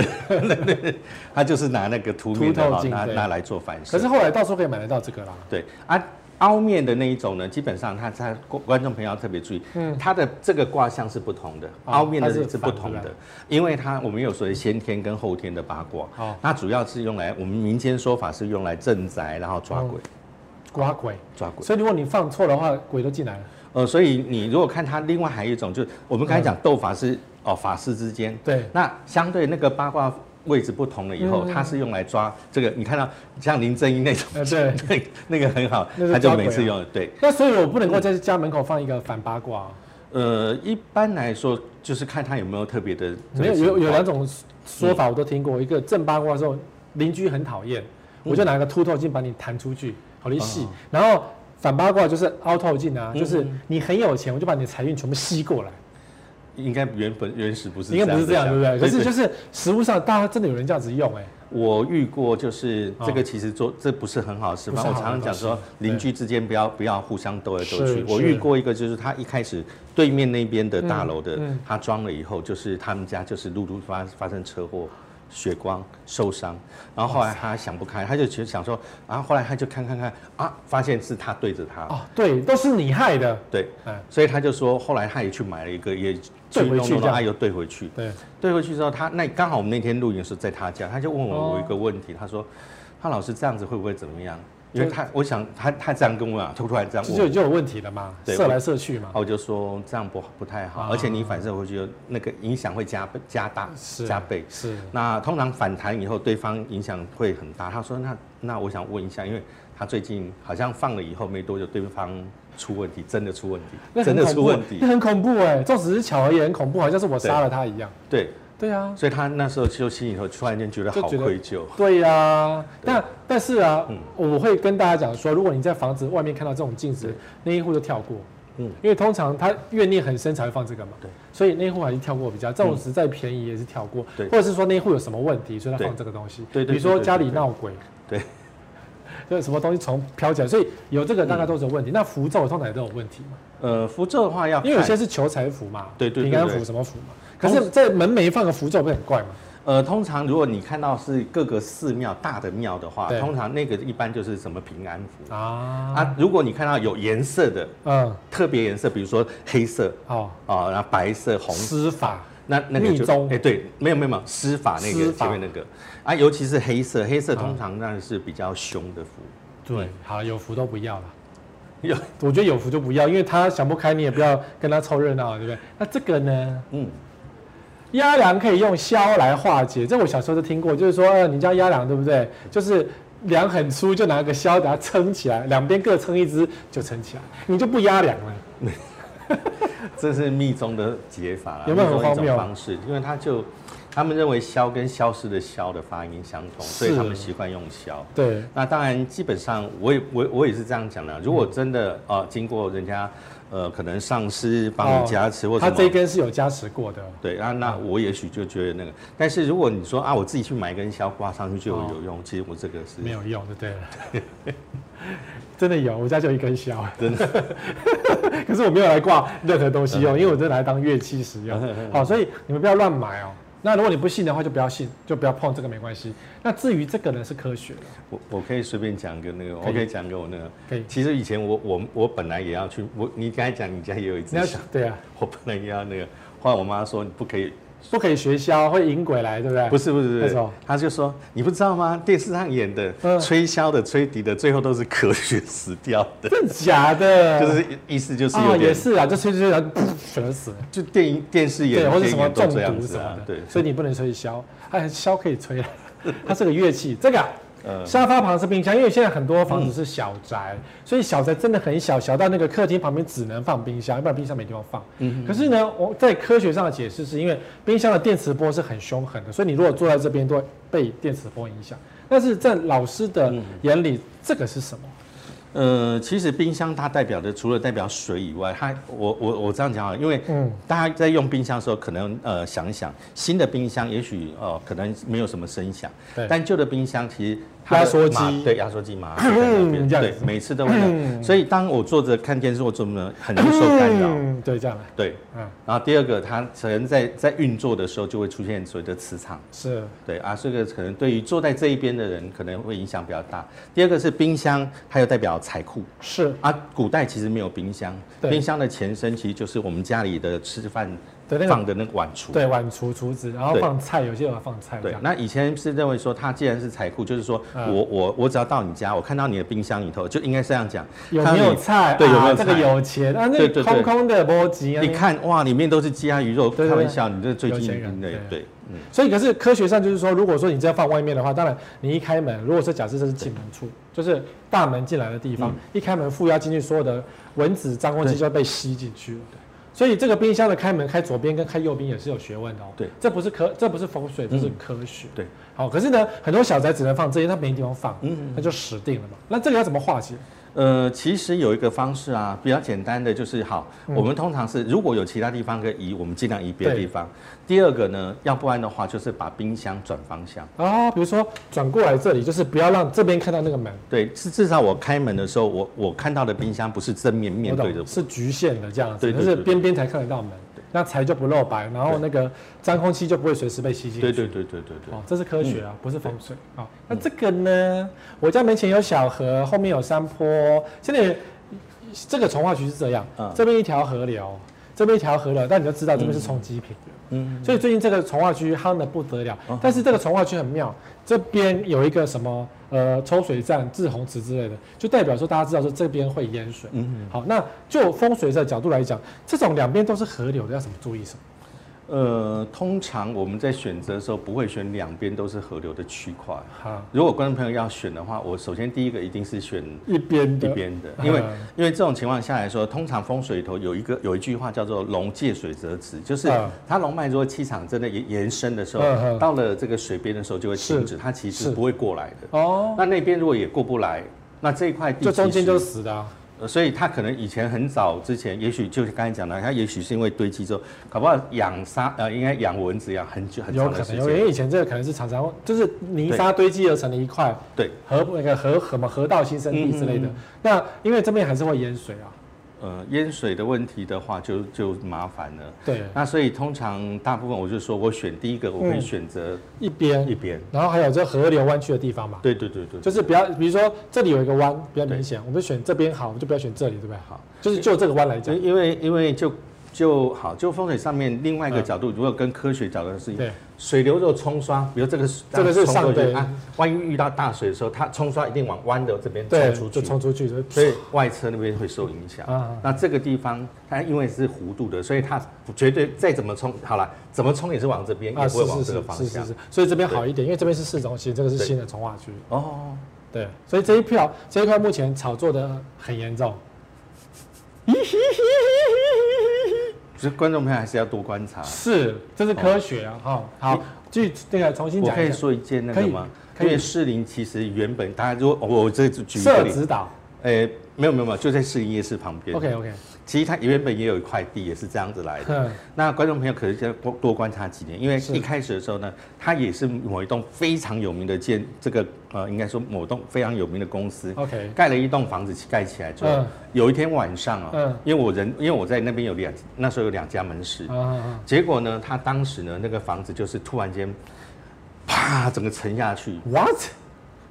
[SPEAKER 2] 他就是拿那个凸面的
[SPEAKER 1] 凸透
[SPEAKER 2] 哈
[SPEAKER 1] 镜
[SPEAKER 2] 拿
[SPEAKER 1] 对
[SPEAKER 2] 拿来做反射。
[SPEAKER 1] 可是后来到处可以买得到这个啦。
[SPEAKER 2] 对啊，凹面的那一种呢，基本上它它观观众朋友要特别注意，它的这个卦象是不同的，
[SPEAKER 1] 嗯哦
[SPEAKER 2] 凹面的
[SPEAKER 1] 它是
[SPEAKER 2] 是不同
[SPEAKER 1] 反的
[SPEAKER 2] 的，因为它我们有所谓先天跟后天的八卦，
[SPEAKER 1] 哦
[SPEAKER 2] 它主要是用来我们民间说法是用来镇宅，然后抓鬼。
[SPEAKER 1] 哦刮鬼，
[SPEAKER 2] 抓鬼，
[SPEAKER 1] 所以如果你放错的话，鬼都进来了。
[SPEAKER 2] 呃，所以你如果看它，另外还有一种就是我们刚才
[SPEAKER 1] 嗯
[SPEAKER 2] 讲斗法是、哦法师之间，
[SPEAKER 1] 对，
[SPEAKER 2] 那相对那个八卦位置不同了以后，它是用来抓这个，你看到像林正英那种，
[SPEAKER 1] 嗯呃，对。
[SPEAKER 2] 那 那个很好
[SPEAKER 1] 那是，
[SPEAKER 2] 他
[SPEAKER 1] 抓
[SPEAKER 2] 就
[SPEAKER 1] 鬼
[SPEAKER 2] 每次
[SPEAKER 1] 啊
[SPEAKER 2] 用了对。
[SPEAKER 1] 那所以我不能够在家门口放一个反八卦啊、
[SPEAKER 2] 呃，一般来说就是看他有没有特别的这
[SPEAKER 1] 没
[SPEAKER 2] 个情况，
[SPEAKER 1] 有有有两种说法我都听过，一个正八卦的时候邻居很讨厌，
[SPEAKER 2] 嗯
[SPEAKER 1] 我就拿个凸透镜把你弹出去，好利细。然后啊
[SPEAKER 2] 嗯
[SPEAKER 1] 反八卦就是凹透镜啊，就是你很有钱，我就把你的财运全部吸过来。
[SPEAKER 2] 应该原本原始不是，
[SPEAKER 1] 应该不是这样，对不对？可是就是实物上，大家真的有人这样子用，哎，
[SPEAKER 2] 我遇过，就是这个其实做这不是很好的示
[SPEAKER 1] 啊
[SPEAKER 2] 范。
[SPEAKER 1] 不是
[SPEAKER 2] 我
[SPEAKER 1] 好
[SPEAKER 2] 常常讲说，
[SPEAKER 1] 对
[SPEAKER 2] 邻居之间不要不要互相斗来
[SPEAKER 1] 是
[SPEAKER 2] 斗去
[SPEAKER 1] 是。
[SPEAKER 2] 我遇过一个，就是他一开始对面那边的大楼的
[SPEAKER 1] 嗯嗯，
[SPEAKER 2] 他装了以后，就是他们家就是陆陆发发生车祸。血光受伤，然后后来他想不开，他就觉得想说，然后后来他就看看看啊，发现是他对着他，
[SPEAKER 1] 哦，对，都是你害的，
[SPEAKER 2] 对，
[SPEAKER 1] 哎，
[SPEAKER 2] 所以他就说，后来他也去买了一个，也去
[SPEAKER 1] 对回去
[SPEAKER 2] 弄弄
[SPEAKER 1] 这
[SPEAKER 2] 弄，
[SPEAKER 1] 样
[SPEAKER 2] 啊，又对回去，
[SPEAKER 1] 对，
[SPEAKER 2] 对回去之后，他那刚好我们那天录影是在他家，他就问我我一个问题，他说：“他老师这样子会不会怎么样？”因为他我想他他这样跟我讲，突然这样
[SPEAKER 1] 这
[SPEAKER 2] 问
[SPEAKER 1] 就
[SPEAKER 2] 我，
[SPEAKER 1] 就有问题了嘛，
[SPEAKER 2] 对
[SPEAKER 1] 射来射去嘛
[SPEAKER 2] 然，后我就哦说这样不不太好
[SPEAKER 1] 啊，
[SPEAKER 2] 而且你反射回去那个影响会加倍加大
[SPEAKER 1] 是
[SPEAKER 2] 加倍。
[SPEAKER 1] 是，
[SPEAKER 2] 那通常反弹以后，对方影响会很大。他说：“那那我想问一下，因为他最近好像放了以后没多久，对方出问题，真的出问
[SPEAKER 1] 那
[SPEAKER 2] 题，
[SPEAKER 1] 很
[SPEAKER 2] 真的
[SPEAKER 1] 恐
[SPEAKER 2] 出
[SPEAKER 1] 怖
[SPEAKER 2] 问题
[SPEAKER 1] 那。很恐怖哎，这只是巧而已，很恐怖，好像是我杀了他一样，
[SPEAKER 2] 对，
[SPEAKER 1] 对啊，
[SPEAKER 2] 所以他那时候就心里头突然间觉得
[SPEAKER 1] 就
[SPEAKER 2] 好
[SPEAKER 1] 觉得
[SPEAKER 2] 愧疚。
[SPEAKER 1] 对呀、
[SPEAKER 2] 对
[SPEAKER 1] 但但是啊，
[SPEAKER 2] 嗯
[SPEAKER 1] 我会跟大家讲说，如果你在房子外面看到这种镜子，那一户就跳过，
[SPEAKER 2] 嗯
[SPEAKER 1] 因为通常他怨念很深才会放这个嘛，
[SPEAKER 2] 对，
[SPEAKER 1] 所以那一户还是跳过比较，纵使再便宜也是跳过，
[SPEAKER 2] 对
[SPEAKER 1] 或者是说那一户有什么问题，所以他
[SPEAKER 2] 对
[SPEAKER 1] 放这个东西，
[SPEAKER 2] 对对对
[SPEAKER 1] 比如说
[SPEAKER 2] 对对
[SPEAKER 1] 家里
[SPEAKER 2] 对
[SPEAKER 1] 闹鬼，
[SPEAKER 2] 对。
[SPEAKER 1] 就是什么东西从飘起来，所以有这个大概都是有问题。
[SPEAKER 2] 嗯
[SPEAKER 1] 那符咒通常也都有问题嘛，
[SPEAKER 2] 呃，符咒的话要看
[SPEAKER 1] 因为有些是求财符嘛，
[SPEAKER 2] 对对对
[SPEAKER 1] 平安
[SPEAKER 2] 对
[SPEAKER 1] 符什么符嘛。可是，在门楣放个符咒不是很怪吗？
[SPEAKER 2] 呃，通常如果你看到是各个寺庙大的庙的话
[SPEAKER 1] 对，
[SPEAKER 2] 通常那个一般就是什么平安符
[SPEAKER 1] 啊，
[SPEAKER 2] 啊。如果你看到有颜色的
[SPEAKER 1] 嗯，
[SPEAKER 2] 特别颜色，比如说黑色
[SPEAKER 1] 好，
[SPEAKER 2] 啊、然后白色、红色，
[SPEAKER 1] 施法，
[SPEAKER 2] 那那个
[SPEAKER 1] 密
[SPEAKER 2] 就
[SPEAKER 1] 宗
[SPEAKER 2] 哎、对，没有没有没有施法那
[SPEAKER 1] 施
[SPEAKER 2] 个
[SPEAKER 1] 法
[SPEAKER 2] 前面那个啊，尤其是黑色，黑色
[SPEAKER 1] 啊
[SPEAKER 2] 通常那是比较凶的符。
[SPEAKER 1] 对，好了，有福都不要了。
[SPEAKER 2] 嗯有
[SPEAKER 1] 我觉得有福就不要，因为他想不开，你也不要跟他凑热闹，对不 对？那这个呢，
[SPEAKER 2] 嗯，
[SPEAKER 1] 压梁可以用削来化解，这我小时候就听过，就是说，呃，你家压梁对不对？就是梁很粗，就拿个削把它撑起来，两边各撑一只就撑起来，你就不压梁了。
[SPEAKER 2] 这是密宗的解法啦，
[SPEAKER 1] 有没有
[SPEAKER 2] 密
[SPEAKER 1] 很
[SPEAKER 2] 宗
[SPEAKER 1] 荒
[SPEAKER 2] 一种
[SPEAKER 1] 谬
[SPEAKER 2] 方式？因为他就他们认为消跟消失的消的发音相同，所以
[SPEAKER 1] 是
[SPEAKER 2] 他们习惯用消。
[SPEAKER 1] 对，
[SPEAKER 2] 那当然，基本上我也我我也是这样讲的。如果真的呃，经过人家呃，可能上司帮
[SPEAKER 1] 哦
[SPEAKER 2] 你加持或什
[SPEAKER 1] 他
[SPEAKER 2] 么，
[SPEAKER 1] 这一根是有加持过的，
[SPEAKER 2] 对啊，那我也许就觉得那个。但是如果你说啊，我自己去买一根箫挂上去就有
[SPEAKER 1] 哦
[SPEAKER 2] 有用，其实我这个是
[SPEAKER 1] 没有用就对了。 真的有，我家就有一根削，真的。 可是我没有来挂任何东西
[SPEAKER 2] 嗯
[SPEAKER 1] 用，因为我真的来当乐器使用。好，所以你们不要乱买哦。那如果你不信的话，就不要信，就不要碰这个，没关系。那至于这个呢，是科学的，
[SPEAKER 2] 我我可以随便讲一个那个，
[SPEAKER 1] 可以
[SPEAKER 2] 我可以讲一个我那个。
[SPEAKER 1] 可以。
[SPEAKER 2] 其实以前我我我本来也要去，我你刚才讲你家也有一只
[SPEAKER 1] 你要
[SPEAKER 2] 箫，
[SPEAKER 1] 对啊，
[SPEAKER 2] 我本来也要那个，后来我妈说你不可以
[SPEAKER 1] 不可以学箫，会引鬼来，对不对？
[SPEAKER 2] 不是不是
[SPEAKER 1] 那
[SPEAKER 2] 不
[SPEAKER 1] 时
[SPEAKER 2] 是
[SPEAKER 1] 候，
[SPEAKER 2] 他就说你不知道吗？电视上演的
[SPEAKER 1] 嗯
[SPEAKER 2] 吹箫的、吹笛的，最后都是科学死掉的，
[SPEAKER 1] 真的假的？
[SPEAKER 2] 就是意思就是
[SPEAKER 1] 啊，
[SPEAKER 2] 有
[SPEAKER 1] 也
[SPEAKER 2] 点，
[SPEAKER 1] 是啊，就吹吹，然后噗全死了。
[SPEAKER 2] 就电影电视演
[SPEAKER 1] 对，
[SPEAKER 2] 的
[SPEAKER 1] 或者什
[SPEAKER 2] 电
[SPEAKER 1] 么
[SPEAKER 2] 影
[SPEAKER 1] 中
[SPEAKER 2] 都
[SPEAKER 1] 毒
[SPEAKER 2] 这
[SPEAKER 1] 什
[SPEAKER 2] 样
[SPEAKER 1] 么
[SPEAKER 2] 子啊
[SPEAKER 1] 的，，
[SPEAKER 2] 对，
[SPEAKER 1] 所以你不能吹箫，哎，箫可以吹啦，它是个乐器。这个啊
[SPEAKER 2] 嗯
[SPEAKER 1] 沙发旁是冰箱，因为现在很多房子是小宅，所以小宅真的很小，小到那个客厅旁边只能放冰箱，要不然冰箱没地方放。
[SPEAKER 2] 嗯
[SPEAKER 1] 可是呢，我在科学上的解释是因为冰箱的电磁波是很凶狠的，所以你如果坐在这边都会被电磁波影响。但是在老师的
[SPEAKER 2] 嗯
[SPEAKER 1] 眼里，这个是什么？
[SPEAKER 2] 呃，其实冰箱它代表的除了代表水以外，它我我我这样讲啊，因为
[SPEAKER 1] 嗯
[SPEAKER 2] 大家在用冰箱的时候，可能呃想一想，新的冰箱也许呃可能没有什么声响
[SPEAKER 1] 对，
[SPEAKER 2] 但旧的冰箱其实它的
[SPEAKER 1] 压缩机
[SPEAKER 2] 马对压缩机 嘛，在那边
[SPEAKER 1] 这样
[SPEAKER 2] 对
[SPEAKER 1] 子，
[SPEAKER 2] 每次都会这样所以当我坐着看电视或怎么呢，很容易受干扰。
[SPEAKER 1] 嗯，对，这样的，
[SPEAKER 2] 对，
[SPEAKER 1] 嗯，
[SPEAKER 2] 然后第二个，它可能在在运作的时候就会出现所谓的磁场。
[SPEAKER 1] 是
[SPEAKER 2] 对啊，这个可能对于坐在这一边的人可能会影响比较大。第二个是冰箱，它又代表财库。
[SPEAKER 1] 是，
[SPEAKER 2] 啊，古代其实没有冰箱，
[SPEAKER 1] 对
[SPEAKER 2] 冰箱的前身其实就是我们家里的吃饭
[SPEAKER 1] 对那个
[SPEAKER 2] 放的那个碗橱。
[SPEAKER 1] 对，碗橱厨子，然后
[SPEAKER 2] 对
[SPEAKER 1] 放菜，有些人放菜，这
[SPEAKER 2] 对
[SPEAKER 1] 样。，
[SPEAKER 2] 那以前是认为说，它既然是财库，就是说
[SPEAKER 1] 嗯
[SPEAKER 2] 我我我只要到你家，我看到你的冰箱里头，就应该这样讲，
[SPEAKER 1] 有
[SPEAKER 2] 看
[SPEAKER 1] 没
[SPEAKER 2] 到
[SPEAKER 1] 有
[SPEAKER 2] 你
[SPEAKER 1] 菜？
[SPEAKER 2] 对，有没
[SPEAKER 1] 啊
[SPEAKER 2] 有
[SPEAKER 1] 这
[SPEAKER 2] 菜？
[SPEAKER 1] 个有钱啊？那
[SPEAKER 2] 对
[SPEAKER 1] 个
[SPEAKER 2] 对
[SPEAKER 1] 空
[SPEAKER 2] 对
[SPEAKER 1] 空的波及啊！
[SPEAKER 2] 你
[SPEAKER 1] 那个，
[SPEAKER 2] 看哇，里面都是鸡鸭鱼肉，
[SPEAKER 1] 对对
[SPEAKER 2] 开
[SPEAKER 1] 对
[SPEAKER 2] 玩笑，你这最
[SPEAKER 1] 有
[SPEAKER 2] 近
[SPEAKER 1] 钱人
[SPEAKER 2] 应该有
[SPEAKER 1] 对
[SPEAKER 2] 对，嗯，
[SPEAKER 1] 所以可是科学上就是说，如果说你这样放外面的话，当然你一开门，如果说假设这是进门处，就是大门进来的地方，
[SPEAKER 2] 嗯
[SPEAKER 1] 一开门负压进去，所有的蚊子、脏东西
[SPEAKER 2] 对
[SPEAKER 1] 就被吸进去了。所以这个冰箱的开门开左边跟开右边也是有学问的哦。
[SPEAKER 2] 对，嗯
[SPEAKER 1] 这不是科，这不是风水，这是科学。
[SPEAKER 2] 对，
[SPEAKER 1] 好，可是呢，很多小宅只能放这些，它没地方放，
[SPEAKER 2] 嗯嗯嗯
[SPEAKER 1] 那就死定了嘛。那这个要怎么化解？
[SPEAKER 2] 呃，其实有一个方式啊，比较简单的就是好，
[SPEAKER 1] 嗯
[SPEAKER 2] 我们通常是如果有其他地方可以移，我们尽量移别的地方。第二个呢，要不然的话就是把冰箱转方向。
[SPEAKER 1] 啊，比如说转过来这里，就是不要让这边看到那个门，
[SPEAKER 2] 对，至至少我开门的时候，我我看到的冰箱不是正面面
[SPEAKER 1] 我
[SPEAKER 2] 对着
[SPEAKER 1] 懂，
[SPEAKER 2] 我。
[SPEAKER 1] 是局限的这样子，
[SPEAKER 2] 对
[SPEAKER 1] 就
[SPEAKER 2] 对
[SPEAKER 1] 是
[SPEAKER 2] 对
[SPEAKER 1] 边边才看得到门，那财就不露白，然后那个脏空气就不会随时被吸进去。
[SPEAKER 2] 对对对对对对嗯
[SPEAKER 1] 哦，这是科学啊，不是风水啊、哦那这个呢？我家门前有小河，后面有山坡。现在这个从化区是这样，
[SPEAKER 2] 嗯
[SPEAKER 1] 这边一条河流，这边一条河流，但你就知道这边是冲积品的。
[SPEAKER 2] 嗯，
[SPEAKER 1] 所以最近这个从化区夯的不得了，但是这个从化区很妙，这边有一个什么呃抽水站、治洪池之类的，就代表说大家知道说这边会淹水。
[SPEAKER 2] 嗯
[SPEAKER 1] 好，那就风水的角度来讲，这种两边都是河流的，要怎么注意什么？
[SPEAKER 2] 呃，通常我们在选择的时候不会选两边都是河流的区块。
[SPEAKER 1] 哈，
[SPEAKER 2] 如果观众朋友要选的话，我首先第一个一定是选
[SPEAKER 1] 一边
[SPEAKER 2] 一
[SPEAKER 1] 的，
[SPEAKER 2] 边的，因为
[SPEAKER 1] 嗯
[SPEAKER 2] 因为这种情况下来说，通常风水里头有一个有一句话叫做“龙借水则止”，就是
[SPEAKER 1] 嗯
[SPEAKER 2] 它龙脉如果气场真的延延伸的时候
[SPEAKER 1] 嗯嗯，
[SPEAKER 2] 到了这个水边的时候就会停
[SPEAKER 1] 是
[SPEAKER 2] 止，它其
[SPEAKER 1] 是
[SPEAKER 2] 实不会过来的。
[SPEAKER 1] 哦，
[SPEAKER 2] 那那边如果也过不来，那这一块地
[SPEAKER 1] 就中
[SPEAKER 2] 其
[SPEAKER 1] 间
[SPEAKER 2] 实
[SPEAKER 1] 就是死的、啊。
[SPEAKER 2] 呃，所以它可能以前很早之前，也许就是刚才讲的，它也许是因为堆积之后，搞不好养沙呃，应该养蚊子养很久很
[SPEAKER 1] 有
[SPEAKER 2] 长
[SPEAKER 1] 可
[SPEAKER 2] 的
[SPEAKER 1] 能有，
[SPEAKER 2] 时
[SPEAKER 1] 因为
[SPEAKER 2] 间。
[SPEAKER 1] 以前这个可能是常常就是泥沙堆积而成的一块
[SPEAKER 2] 对，
[SPEAKER 1] 河那个河什么河道新生地之
[SPEAKER 2] 嗯
[SPEAKER 1] 类的。那因为这边还是会淹水啊，
[SPEAKER 2] 呃，淹水的问题的话就就麻烦了。
[SPEAKER 1] 对，
[SPEAKER 2] 那所以通常大部分我就说我选第一个，我可以
[SPEAKER 1] 嗯
[SPEAKER 2] 选择
[SPEAKER 1] 一边，
[SPEAKER 2] 一边。
[SPEAKER 1] 然后还有这河流弯曲的地方嘛，
[SPEAKER 2] 对对对对，
[SPEAKER 1] 就是是不要，比如说这里有一个弯比较明显，我们就选这边好，我们就不要选这里，对不对？
[SPEAKER 2] 好，
[SPEAKER 1] 就是就这个弯来讲，
[SPEAKER 2] 因为因为就就好，就风水上面另外一个
[SPEAKER 1] 嗯
[SPEAKER 2] 角度，如果跟科学角度是一
[SPEAKER 1] 对，
[SPEAKER 2] 水流就冲刷，比如这个是
[SPEAKER 1] 这个是
[SPEAKER 2] 冲过去
[SPEAKER 1] 上对
[SPEAKER 2] 啊，万一遇到大水的时候，它冲刷一定往弯的这边
[SPEAKER 1] 对
[SPEAKER 2] 冲，出
[SPEAKER 1] 就
[SPEAKER 2] 去，
[SPEAKER 1] 冲出去，就
[SPEAKER 2] 所以外侧那边会受影响。
[SPEAKER 1] 啊啊
[SPEAKER 2] 那这个地方它因为是弧度的，所以它绝对再怎么冲，好了，怎么冲也是往这边，也不会
[SPEAKER 1] 是
[SPEAKER 2] 往
[SPEAKER 1] 啊是
[SPEAKER 2] 这个
[SPEAKER 1] 是
[SPEAKER 2] 方
[SPEAKER 1] 是是
[SPEAKER 2] 向。
[SPEAKER 1] 是，所以这边好一点，因为这边是市中心，这个是
[SPEAKER 2] 对
[SPEAKER 1] 新的从化区，
[SPEAKER 2] 哦，
[SPEAKER 1] 对，所以这一票这一块目前炒作的很严重。
[SPEAKER 2] 所以观众朋友还是要多观察。
[SPEAKER 1] 是，这是科学啊，哈、好，继续那个重新
[SPEAKER 2] 哦我
[SPEAKER 1] 讲
[SPEAKER 2] 可
[SPEAKER 1] 一
[SPEAKER 2] 以
[SPEAKER 1] 下，
[SPEAKER 2] 说一件那
[SPEAKER 1] 可
[SPEAKER 2] 个
[SPEAKER 1] 以
[SPEAKER 2] 吗？
[SPEAKER 1] 可以
[SPEAKER 2] 因为士林其实原本大家如果哦我我这举一个
[SPEAKER 1] 社
[SPEAKER 2] 例子，
[SPEAKER 1] 指导
[SPEAKER 2] 诶，呃没有没有没有，就在士林夜市旁边。
[SPEAKER 1] ，OK OK，
[SPEAKER 2] 其实它原本也有一块地，也是这样子来的。
[SPEAKER 1] 哼，
[SPEAKER 2] 那观众朋友可能就要多多观察几年，因为
[SPEAKER 1] 是
[SPEAKER 2] 一开始的时候呢，它也是某一栋非常有名的建，这个呃，应该说某栋非常有名的公司
[SPEAKER 1] OK
[SPEAKER 2] 盖了一栋房子盖起来之后，
[SPEAKER 1] 嗯
[SPEAKER 2] 有一天晚上啊、
[SPEAKER 1] 嗯
[SPEAKER 2] 因为我人因为我在那边有两那时候有两家门市，
[SPEAKER 1] 啊啊啊，
[SPEAKER 2] 结果呢，他当时呢那个房子就是突然间，啪整个沉下去，
[SPEAKER 1] ，What？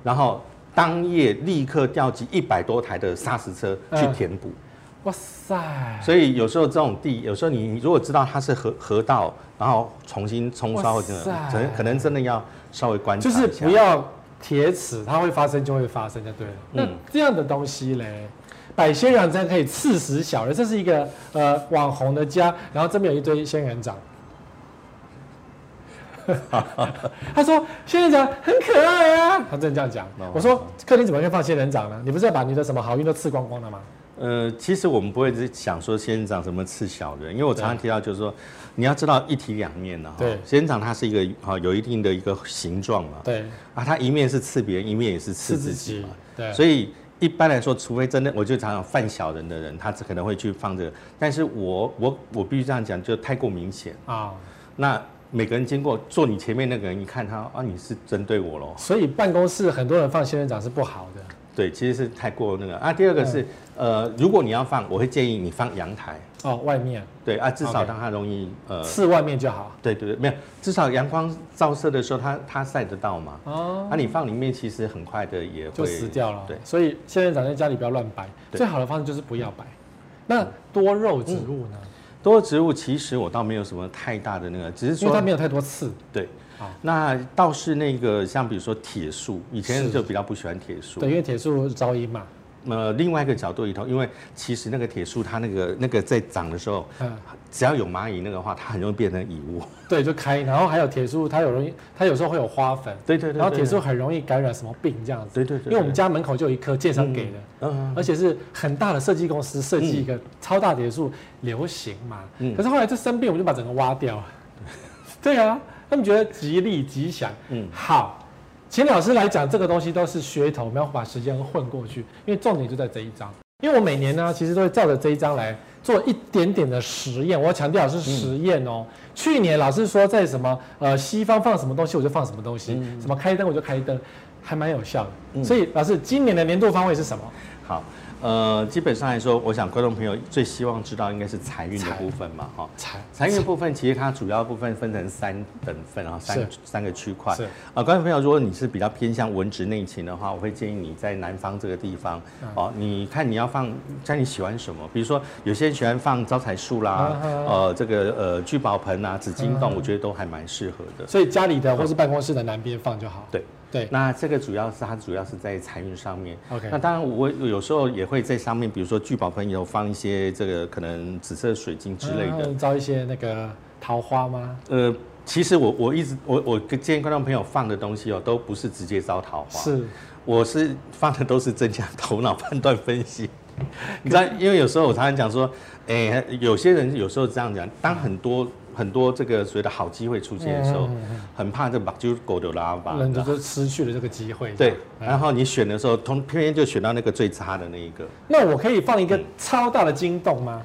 [SPEAKER 2] 然后当夜立刻调集一百多台的砂石车去
[SPEAKER 1] 嗯
[SPEAKER 2] 填补。
[SPEAKER 1] 哇塞，
[SPEAKER 2] 所以有时候这种地，有时候你你如果知道它是河河道，然后重新冲刷
[SPEAKER 1] 哇
[SPEAKER 2] 或者
[SPEAKER 1] 塞
[SPEAKER 2] 可能可能真的要稍微观察
[SPEAKER 1] 就
[SPEAKER 2] 一下
[SPEAKER 1] 是不要铁齿，它会发生就会发生，就对了。那
[SPEAKER 2] 嗯
[SPEAKER 1] 这样的东西嘞，百仙人掌可以刺死小人，这是一个呃网红的家，然后这边有一堆仙人 掌。他说仙人掌很可爱啊，他真的这样讲
[SPEAKER 2] 哦。
[SPEAKER 1] 我说客厅怎么可以放仙人掌呢？你不是要把你的什么好运都吃光光了吗？
[SPEAKER 2] 呃，其实我们不会是想说仙人掌怎么吃小人，因为我常常提到就是说，你要知道一体两面呢、啊哈
[SPEAKER 1] 对
[SPEAKER 2] 仙人掌它是一个哈有一定的一个形状嘛，
[SPEAKER 1] 对，
[SPEAKER 2] 啊，它一面是刺别人，一面也是
[SPEAKER 1] 吃
[SPEAKER 2] 刺
[SPEAKER 1] 自
[SPEAKER 2] 自己
[SPEAKER 1] 己
[SPEAKER 2] 嘛，。
[SPEAKER 1] 对，
[SPEAKER 2] 所以一般来说，除非真的，我就常常犯小人的人，他可能会去放这个，但是我我我必须这样讲，就太过明显。
[SPEAKER 1] 啊、
[SPEAKER 2] 那每个人经过坐你前面那个人，一看他啊，你是针对我喽？
[SPEAKER 1] 所以办公室很多人放仙人掌是不好的。
[SPEAKER 2] 对，其实是太过那个啊。第二个是、呃，如果你要放，我会建议你放阳台，
[SPEAKER 1] 哦，外面
[SPEAKER 2] 对啊，至少
[SPEAKER 1] OK
[SPEAKER 2] 让它容易呃，
[SPEAKER 1] 刺外面就好。
[SPEAKER 2] 对对对，没有，至少阳光照射的时候它，它晒得到嘛。
[SPEAKER 1] 哦，
[SPEAKER 2] 啊，你放里面其实很快的也会
[SPEAKER 1] 就死掉了。
[SPEAKER 2] 对，
[SPEAKER 1] 所以仙人掌在家里不要乱摆，
[SPEAKER 2] 对嗯
[SPEAKER 1] 最好的方式就是不要摆。那多肉植物呢？
[SPEAKER 2] 多肉植物其实我倒没有什么太大的那个，只是
[SPEAKER 1] 因为
[SPEAKER 2] 说
[SPEAKER 1] 它没有太多刺。
[SPEAKER 2] 对
[SPEAKER 1] 好。
[SPEAKER 2] 那倒是那个像比如说铁树，以前
[SPEAKER 1] 是
[SPEAKER 2] 就比较不喜欢铁树。
[SPEAKER 1] 对，因为铁树招阴嘛。
[SPEAKER 2] 呃，另外一个角度里头，因为其实那个铁树它那个那个在长的时候，
[SPEAKER 1] 嗯，
[SPEAKER 2] 只要有蚂蚁那个话，它很容易变成蚁窝。
[SPEAKER 1] 对，就开。然后还有铁树，它有容易，它有时候会有花粉。
[SPEAKER 2] 对对对
[SPEAKER 1] 然后铁树，很容易感染什么病这样子。
[SPEAKER 2] 对对对
[SPEAKER 1] 因
[SPEAKER 2] 对
[SPEAKER 1] 为我们家门口就有一棵建商给的。
[SPEAKER 2] 嗯，
[SPEAKER 1] 而且是很大的设计公司设计一个超大铁树流行嘛。
[SPEAKER 2] 嗯
[SPEAKER 1] 可是后来这生病，我们就把 整个挖掉了。对啊，他们觉得吉利吉祥。
[SPEAKER 2] 嗯
[SPEAKER 1] 好，请老师来讲，这个东西都是噱头，我们要把时间混过去，因为重点就在这一章。因为我每年呢，其实都会照着这一章来做一点点的实验。我要强调是实验哦。
[SPEAKER 2] 嗯
[SPEAKER 1] 去年老师说在什么呃西方放什么东西，我就放什么东西，
[SPEAKER 2] 嗯
[SPEAKER 1] 什么开灯我就开灯，还蛮有效的。所以老师今年的年度方位是什么？
[SPEAKER 2] 好，呃，基本上来说，我想观众朋友最希望知道应该是财运的部分嘛，哈。
[SPEAKER 1] 财
[SPEAKER 2] 财运的部分其实它主要部分分成三等份啊，三
[SPEAKER 1] 是
[SPEAKER 2] 三个区块。
[SPEAKER 1] 是
[SPEAKER 2] 啊、观众朋友，如果你是比较偏向文职内勤的话，我会建议你在南方这个地方哦，你看你要放，看你喜欢什么，比如说有些人喜欢放招财树啦，呃，这个呃聚宝盆啊、紫金洞，我觉得都还蛮适合的。
[SPEAKER 1] 所以家里
[SPEAKER 2] 嗯
[SPEAKER 1] 的或是办公室的南边放就好。
[SPEAKER 2] 对。
[SPEAKER 1] 对，
[SPEAKER 2] 那这个主要是它主要是在财运上面。
[SPEAKER 1] OK
[SPEAKER 2] 那当然我有时候也会在上面，比如说聚宝盆有放一些这个可能紫色水晶之类的。
[SPEAKER 1] 嗯招一些那个桃花吗？
[SPEAKER 2] 呃，其实我我一直我我建议观众朋友放的东西哦，都不是直接招桃花。。
[SPEAKER 1] 是，
[SPEAKER 2] 我是放的都是增加头脑判断分 析。你知道，因为有时候我常常讲说，哎、有些人有时候这样讲，当很多很多这个所谓的好机会出现的时
[SPEAKER 1] 嗯
[SPEAKER 2] 候，很怕这把就狗的拉吧，
[SPEAKER 1] 人就失去了这个机会。
[SPEAKER 2] 对，
[SPEAKER 1] 嗯
[SPEAKER 2] 然后你选的时候，通偏偏就选到那个最差的那一个，
[SPEAKER 1] 那我可以放一
[SPEAKER 2] 嗯
[SPEAKER 1] 个超大的金洞吗？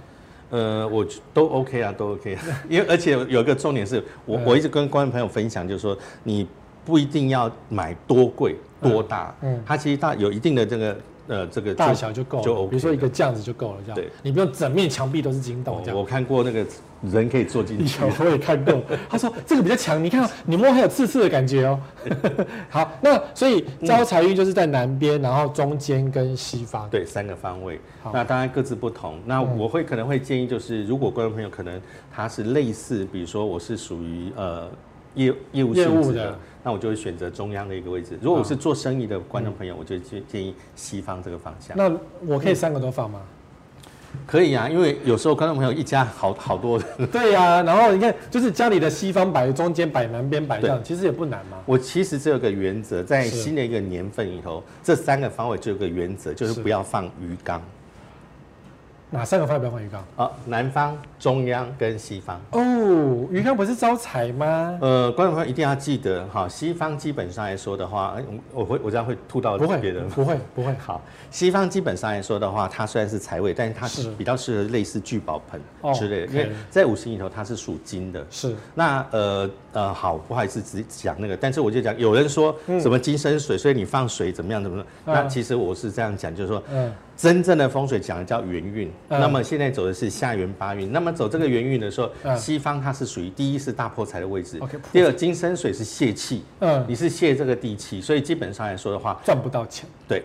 [SPEAKER 2] 呃，我觉都 OK 啊，都 OK，啊 因为而且有一个重点是
[SPEAKER 1] 嗯
[SPEAKER 2] 我我一直跟观众朋友分享，就是说你不一定要买多贵多大，
[SPEAKER 1] 嗯
[SPEAKER 2] 它其实大有一定的这个呃这个
[SPEAKER 1] 大小就够了，
[SPEAKER 2] 就 OK
[SPEAKER 1] 比如说一个这样子就够了，这样。
[SPEAKER 2] 对哦
[SPEAKER 1] 你不用整面墙壁都是金洞
[SPEAKER 2] 我
[SPEAKER 1] 这样。
[SPEAKER 2] 我看过那个人可以坐进 去
[SPEAKER 1] 有，，我也看 过。他说这个比较强，你看你摸还有刺刺的感觉哦。 好，那所以
[SPEAKER 2] 嗯
[SPEAKER 1] 招财运就是在南边，然后中间跟西方。
[SPEAKER 2] 对，三个方位
[SPEAKER 1] 好，嗯
[SPEAKER 2] 那当然各自不同。那我会可能会建议，就是如果观众朋友可能他是类似，比如说我是属于呃业业务
[SPEAKER 1] 业务
[SPEAKER 2] 性质
[SPEAKER 1] 的嗯
[SPEAKER 2] 的，那我就会选择中央的一个位置。如果我是做生意的观众朋友，我就建建议西方这个方向。
[SPEAKER 1] 那我
[SPEAKER 2] 嗯
[SPEAKER 1] 可以三个都放吗？
[SPEAKER 2] 可以啊，因为有时候观众朋友一家好好多人。
[SPEAKER 1] 对呀、然后你看，就是家里的西方摆，中间摆，南边摆这样，其实也不难嘛。
[SPEAKER 2] 我其实只有个原则，在
[SPEAKER 1] 是
[SPEAKER 2] 新的一个年份里头，这三个方位只有个原则，就是
[SPEAKER 1] 是
[SPEAKER 2] 不要放鱼缸
[SPEAKER 1] 哪三个放不要放鱼缸？
[SPEAKER 2] 啊，南方、中央跟西方。
[SPEAKER 1] 哦，鱼缸不是招财吗？
[SPEAKER 2] 呃，观众朋友一定要记得哈，西方基本上来说的话，哎我我会我这样会吐到
[SPEAKER 1] 不会
[SPEAKER 2] 哦别人。，
[SPEAKER 1] 不会，不会。
[SPEAKER 2] 好，西方基本上来说的话，它虽然是财位，但是它是
[SPEAKER 1] 是
[SPEAKER 2] 比较适合类似聚宝盆
[SPEAKER 1] 哦
[SPEAKER 2] 之类的，因
[SPEAKER 1] 可
[SPEAKER 2] 为
[SPEAKER 1] 以
[SPEAKER 2] 在五行里头它是属金的。
[SPEAKER 1] 是
[SPEAKER 2] 那呃呃，好，不好意思，只只讲那个，但是我就讲，有人说什么金生水，所以你放水怎么样怎么样？
[SPEAKER 1] 嗯
[SPEAKER 2] 那其实我是这样讲，就是说，
[SPEAKER 1] 嗯
[SPEAKER 2] 真正的风水讲的叫元运，
[SPEAKER 1] 嗯
[SPEAKER 2] 那么现在走的是下元八运。那么走这个元运的时候，
[SPEAKER 1] 嗯
[SPEAKER 2] 西方它是属于第一是大破财的位置
[SPEAKER 1] OK，
[SPEAKER 2] 第二金生水是泄气，
[SPEAKER 1] 嗯，
[SPEAKER 2] 你是泄这个地气，所以基本上来说的话，
[SPEAKER 1] 赚不到钱，
[SPEAKER 2] 对，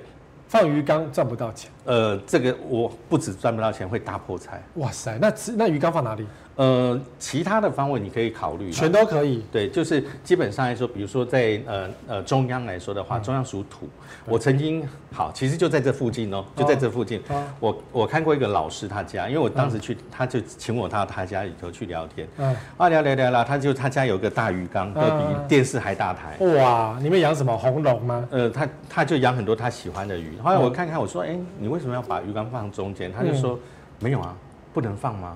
[SPEAKER 1] 放鱼缸赚不到钱。
[SPEAKER 2] 呃，这个我不止赚不到钱，会大破财。
[SPEAKER 1] 哇塞，那吃那鱼缸放哪里？
[SPEAKER 2] 呃，其他的方位你可以考虑啦，
[SPEAKER 1] 全都可以。
[SPEAKER 2] 对，就是基本上来说，比如说在呃呃中央来说的
[SPEAKER 1] 嗯
[SPEAKER 2] 话，中央属土。我曾经好，其实就在这附近哦，就在这附近。
[SPEAKER 1] 哦
[SPEAKER 2] 我我看过一个老师他家，因为我当时去，他就请我到他家里头去聊天。
[SPEAKER 1] 嗯，
[SPEAKER 2] 啊，聊聊聊聊，他就他家有个大鱼缸，就
[SPEAKER 1] 嗯
[SPEAKER 2] 比电视还大台。
[SPEAKER 1] 哇，里面养什么红龙吗？
[SPEAKER 2] 呃，他他就养很多他喜欢的鱼。后来我
[SPEAKER 1] 嗯
[SPEAKER 2] 看看，我说，哎、你为什么要把鱼缸放中间？他就说，没有啊，不能放吗？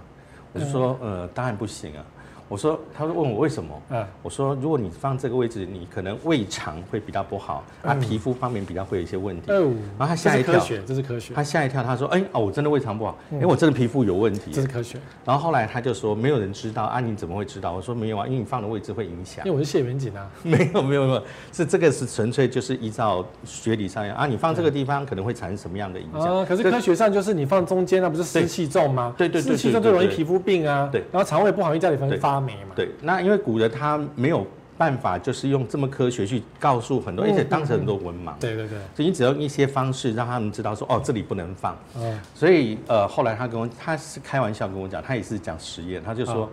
[SPEAKER 2] 我就说，呃，当然不行啊。我说，他说问我为什么？
[SPEAKER 1] 嗯，
[SPEAKER 2] 我说，如果你放这个位置，你可能胃肠会比较不好，啊，皮肤方面比较会有一些问题。
[SPEAKER 1] 哦，
[SPEAKER 2] 然后他
[SPEAKER 1] 这
[SPEAKER 2] 啊吓
[SPEAKER 1] 是
[SPEAKER 2] 一
[SPEAKER 1] 科
[SPEAKER 2] 跳，
[SPEAKER 1] 学，这是科学，
[SPEAKER 2] 他吓一跳，他说，哎、哦，我真的胃肠不好，哎、我真的皮肤有问
[SPEAKER 1] 这
[SPEAKER 2] 题。
[SPEAKER 1] 是科学。
[SPEAKER 2] 然后后来他就说，没有人知道啊，你怎么会知道？我说没有啊，因为你放的位置会影响
[SPEAKER 1] 因为。我是谢远景啊，
[SPEAKER 2] 没有没有没有，是这个是纯粹就是依照学理上啊，你放这个地方可能会产生什么样的影响？
[SPEAKER 1] 啊，可是科学上就是你放中间，那啊不是湿气重吗？
[SPEAKER 2] 对对对
[SPEAKER 1] 湿气重最
[SPEAKER 2] 对对
[SPEAKER 1] 容易
[SPEAKER 2] 对
[SPEAKER 1] 皮肤病啊，
[SPEAKER 2] 对
[SPEAKER 1] 然后肠胃不好，因为家里分
[SPEAKER 2] 对
[SPEAKER 1] 发霉嘛，
[SPEAKER 2] 对，那因为古人他没有办法，就是用这么科学去告诉很多，而且当时很多文盲，
[SPEAKER 1] 对对对，
[SPEAKER 2] 所以你只要用一些方式让他们知道说，哦，这里不能放。
[SPEAKER 1] 嗯，
[SPEAKER 2] 所以呃，后来他跟我，他是开玩笑跟我讲，他也是讲实验，他就说，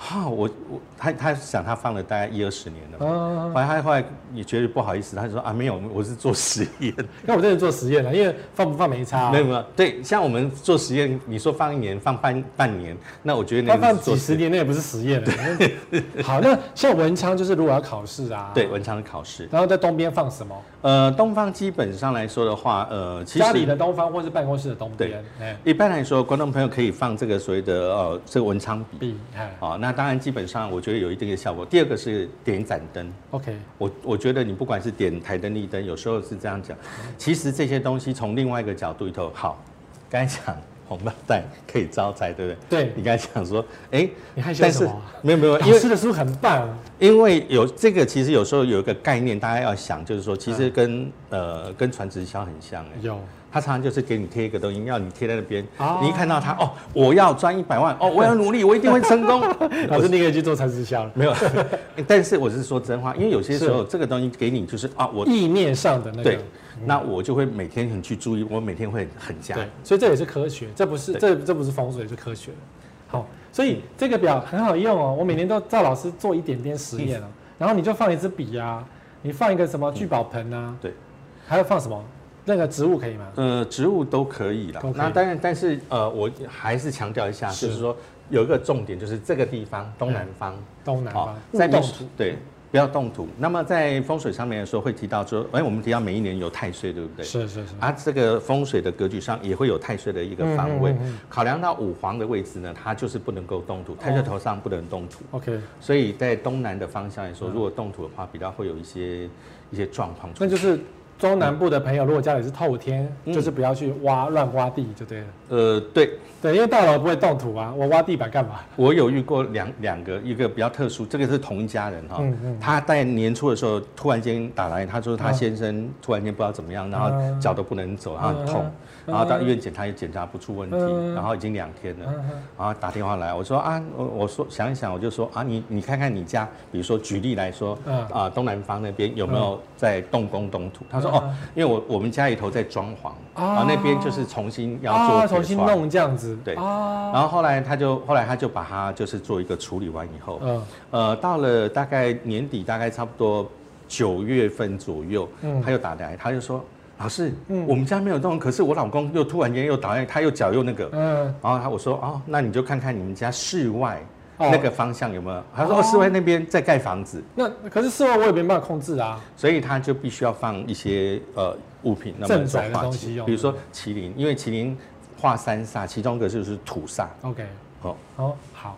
[SPEAKER 2] 哈、我我他他想他放了大概一二十年了嘛，
[SPEAKER 1] 啊
[SPEAKER 2] 后来他后来也觉得不好意思，他就说啊没有，我是做实验。
[SPEAKER 1] 那我真的做实验了，因为放不放没差啊
[SPEAKER 2] 没，有没有，对，像我们做实验，你说放一年、放半半年，那我觉得
[SPEAKER 1] 它
[SPEAKER 2] 能
[SPEAKER 1] 放
[SPEAKER 2] 做
[SPEAKER 1] 几
[SPEAKER 2] 实
[SPEAKER 1] 十
[SPEAKER 2] 验。
[SPEAKER 1] 年那也不是实验了。好，那像文昌就是如果要考试啊，
[SPEAKER 2] 对，，文昌的考试，
[SPEAKER 1] 然后在东边放什么？
[SPEAKER 2] 呃，东方基本上来说的话，呃，其
[SPEAKER 1] 家里的
[SPEAKER 2] 实
[SPEAKER 1] 东方或是办公室的东边
[SPEAKER 2] 对，
[SPEAKER 1] 哎，
[SPEAKER 2] 一般来说，观众朋友可以放这个所谓的呃这个文昌笔
[SPEAKER 1] 壁，哎，
[SPEAKER 2] 啊、哦那那当然基本上我觉得有一定的效果。第二个是点盏灯，
[SPEAKER 1] OK，
[SPEAKER 2] 我我觉得你不管是点台灯、立灯，有时候是这样讲，
[SPEAKER 1] 嗯
[SPEAKER 2] 其实这些东西从另外一个角度里头，好，刚才讲红包袋可以招财，对不对？
[SPEAKER 1] 对
[SPEAKER 2] 你刚才讲说，哎、
[SPEAKER 1] 你害羞
[SPEAKER 2] 但
[SPEAKER 1] 什
[SPEAKER 2] 是
[SPEAKER 1] 么啊？
[SPEAKER 2] 没有没 有，呃因
[SPEAKER 1] 老
[SPEAKER 2] 为
[SPEAKER 1] 师的书很棒，
[SPEAKER 2] 因为有这个，其实有时候有一个概念，大家要想，就是说，其
[SPEAKER 1] 嗯
[SPEAKER 2] 实跟、呃跟传直销很像哎、
[SPEAKER 1] 有
[SPEAKER 2] 他常常就是给你贴一个东西，要你贴在那边，
[SPEAKER 1] 哦
[SPEAKER 2] 你一看到他哦，我要赚一百万，哦，我要 努力，我一定会成功。
[SPEAKER 1] 老师，你可以去做传直销了。
[SPEAKER 2] 没有， 但是我是说真话，因为有些时候这个东西给你就是啊，我
[SPEAKER 1] 意念上的那
[SPEAKER 2] 对
[SPEAKER 1] 个，，
[SPEAKER 2] 那我就会每天很去注意，我每天会很加。
[SPEAKER 1] 嗯对，所以这也是科学，这不是
[SPEAKER 2] 对
[SPEAKER 1] 这这不是风水，是科学。好，所以这个表很好用哦，我每年都照老师做一点点实验啊，
[SPEAKER 2] 嗯
[SPEAKER 1] 然后你就放一支笔啊，你放一个什么聚宝盆啊，
[SPEAKER 2] 嗯对，
[SPEAKER 1] 还有放什么那个植物可以吗？
[SPEAKER 2] 呃，植物都可以啦
[SPEAKER 1] 都。可以
[SPEAKER 2] 那当然，但是呃，我还是强调一下，
[SPEAKER 1] 是
[SPEAKER 2] 就是说有一个重点，就是这个地方东南方。
[SPEAKER 1] 嗯东南
[SPEAKER 2] 好
[SPEAKER 1] 方，
[SPEAKER 2] 在
[SPEAKER 1] 动
[SPEAKER 2] 民俗
[SPEAKER 1] 土，
[SPEAKER 2] 对，不要动土。那么在风水上面的时候，会提到说，哎，我们提到每一年有太岁，对不对？
[SPEAKER 1] 是是是，
[SPEAKER 2] 啊，这个风水的格局上也会有太岁的一个方位，
[SPEAKER 1] 嗯嗯嗯嗯哦
[SPEAKER 2] 考量到五黄的位置呢，它就是不能够动土，太岁头上不能动土，
[SPEAKER 1] OK，
[SPEAKER 2] 所以在东南的方向来
[SPEAKER 1] 嗯
[SPEAKER 2] 说，如果动土的话，比较会有一些一些状况出
[SPEAKER 1] 那
[SPEAKER 2] 现。
[SPEAKER 1] 就是中南部的朋友，如果家里是透天，
[SPEAKER 2] 嗯
[SPEAKER 1] 就是不要去挖乱挖地就对了。
[SPEAKER 2] 呃，对
[SPEAKER 1] 对，因为大楼不会动土啊，我挖地板干嘛？
[SPEAKER 2] 我有遇过两两个，一个比较特殊，这个是同一家人哈、
[SPEAKER 1] 嗯嗯
[SPEAKER 2] 他在年初的时候突然间打来，他说他
[SPEAKER 1] 嗯
[SPEAKER 2] 先生突然间不知道怎么样，然
[SPEAKER 1] 嗯
[SPEAKER 2] 后脚都不能走，然后很痛，
[SPEAKER 1] 嗯
[SPEAKER 2] 然后到医院检查也检查不出问题，
[SPEAKER 1] 嗯
[SPEAKER 2] 然后已经两天了，
[SPEAKER 1] 嗯嗯
[SPEAKER 2] 然后打电话来，我说啊，我我说想一想，我就说啊，你你看看你家，比如说举例来说，
[SPEAKER 1] 嗯
[SPEAKER 2] 啊、东南方那边有没有在动工动土？他
[SPEAKER 1] 嗯
[SPEAKER 2] 说哦，因为我我们家里头在装潢，
[SPEAKER 1] 啊
[SPEAKER 2] 啊、那边就是重新要做、
[SPEAKER 1] 啊，重新。弄这样子，
[SPEAKER 2] 对
[SPEAKER 1] 啊，
[SPEAKER 2] 然后后来他就后来他就把它就是做一个处理完以后，
[SPEAKER 1] 嗯，
[SPEAKER 2] 呃，到了大概年底，大概差不多九月份左右，
[SPEAKER 1] 嗯
[SPEAKER 2] 他又打来，他就说老师，
[SPEAKER 1] 嗯
[SPEAKER 2] 我们家没有动，可是我老公又突然间又打来，他又脚又那个，
[SPEAKER 1] 嗯，
[SPEAKER 2] 然后他我说哦，那你就看看你们家室外。
[SPEAKER 1] 哦
[SPEAKER 2] 那个方向有没有？他说
[SPEAKER 1] 哦
[SPEAKER 2] 哦，室外那边在盖房子，
[SPEAKER 1] 那可是室外我也没办法控制啊，
[SPEAKER 2] 所以他就必须要放一些呃物品，那
[SPEAKER 1] 镇
[SPEAKER 2] 么
[SPEAKER 1] 宅
[SPEAKER 2] 说
[SPEAKER 1] 的
[SPEAKER 2] 化
[SPEAKER 1] 东西
[SPEAKER 2] 忌
[SPEAKER 1] 用，
[SPEAKER 2] 比如说麒麟，因为麒麟化三煞，其中一个就是土煞，
[SPEAKER 1] OK，
[SPEAKER 2] 哦，
[SPEAKER 1] 哦，好，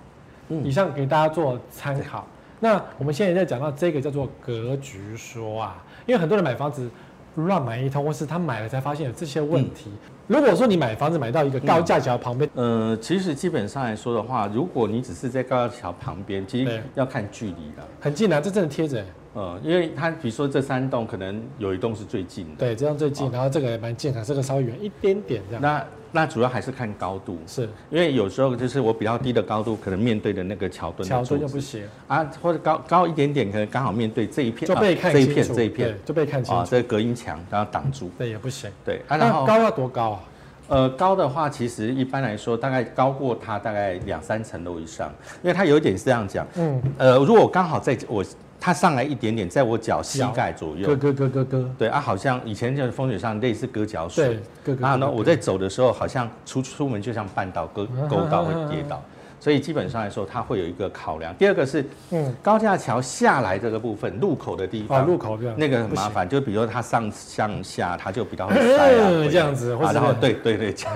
[SPEAKER 2] 嗯
[SPEAKER 1] 以上给大家做参考。那我们现在在讲到这个叫做格局说啊，因为很多人买房子乱买一通，或是他买了才发现有这些问题。
[SPEAKER 2] 嗯
[SPEAKER 1] 如果说你买房子买到一个高架桥旁边，
[SPEAKER 2] 呃，其实基本上来说的话，如果你只是在高架桥旁边，其
[SPEAKER 1] 对
[SPEAKER 2] 实要看距离啦。
[SPEAKER 1] 很近啊，这真的贴着欸，
[SPEAKER 2] 呃，因为它比如说这三栋，可能有一栋是最近的，
[SPEAKER 1] 对，这样最近，
[SPEAKER 2] 好
[SPEAKER 1] 然后这个也蛮近的，这个稍微远一点点这样，
[SPEAKER 2] 那那主要还是看高度，
[SPEAKER 1] 是
[SPEAKER 2] 因为有时候就是我比较低的高度，可能面对的那个桥墩的
[SPEAKER 1] 桥墩
[SPEAKER 2] 柱
[SPEAKER 1] 就
[SPEAKER 2] 子
[SPEAKER 1] 不行，
[SPEAKER 2] 啊，或者高高一点点，可能刚好面对这一片，
[SPEAKER 1] 就被
[SPEAKER 2] 啊
[SPEAKER 1] 看
[SPEAKER 2] 这一
[SPEAKER 1] 清
[SPEAKER 2] 片
[SPEAKER 1] 楚，
[SPEAKER 2] 这一片
[SPEAKER 1] 对就被看清
[SPEAKER 2] 啊，
[SPEAKER 1] 楚，
[SPEAKER 2] 这个隔音墙然后挡住，
[SPEAKER 1] 对，也不行。
[SPEAKER 2] 对啊，
[SPEAKER 1] 那
[SPEAKER 2] 然后
[SPEAKER 1] 高要多高啊？
[SPEAKER 2] 呃，高的话，其实一般来说，大概高过它大概两三层楼以上，因为它有一点是这样讲，
[SPEAKER 1] 嗯，
[SPEAKER 2] 呃，如果刚好在我它上来一点点，在我脚膝盖左
[SPEAKER 1] 咯
[SPEAKER 2] 右，
[SPEAKER 1] 咯咯咯咯，
[SPEAKER 2] 对啊，好像以前就是风水上类似割脚
[SPEAKER 1] 对
[SPEAKER 2] 水，，
[SPEAKER 1] 咯咯咯。
[SPEAKER 2] 然后呢，啊我在走的时候好像出出门就像绊
[SPEAKER 1] 啊
[SPEAKER 2] 倒、勾勾到会跌倒，所以基本上来说，它会有一个考量。第二个是
[SPEAKER 1] 嗯，
[SPEAKER 2] 高架桥下来这个部分路口的地
[SPEAKER 1] 哦，
[SPEAKER 2] 方，
[SPEAKER 1] 路口这样，
[SPEAKER 2] 那个很
[SPEAKER 1] 不行
[SPEAKER 2] 麻烦，就比如说它上上下，它就比较会
[SPEAKER 1] 嗯
[SPEAKER 2] 塞啊，会
[SPEAKER 1] 这样子或
[SPEAKER 2] 啊
[SPEAKER 1] 是
[SPEAKER 2] 然后对对对，加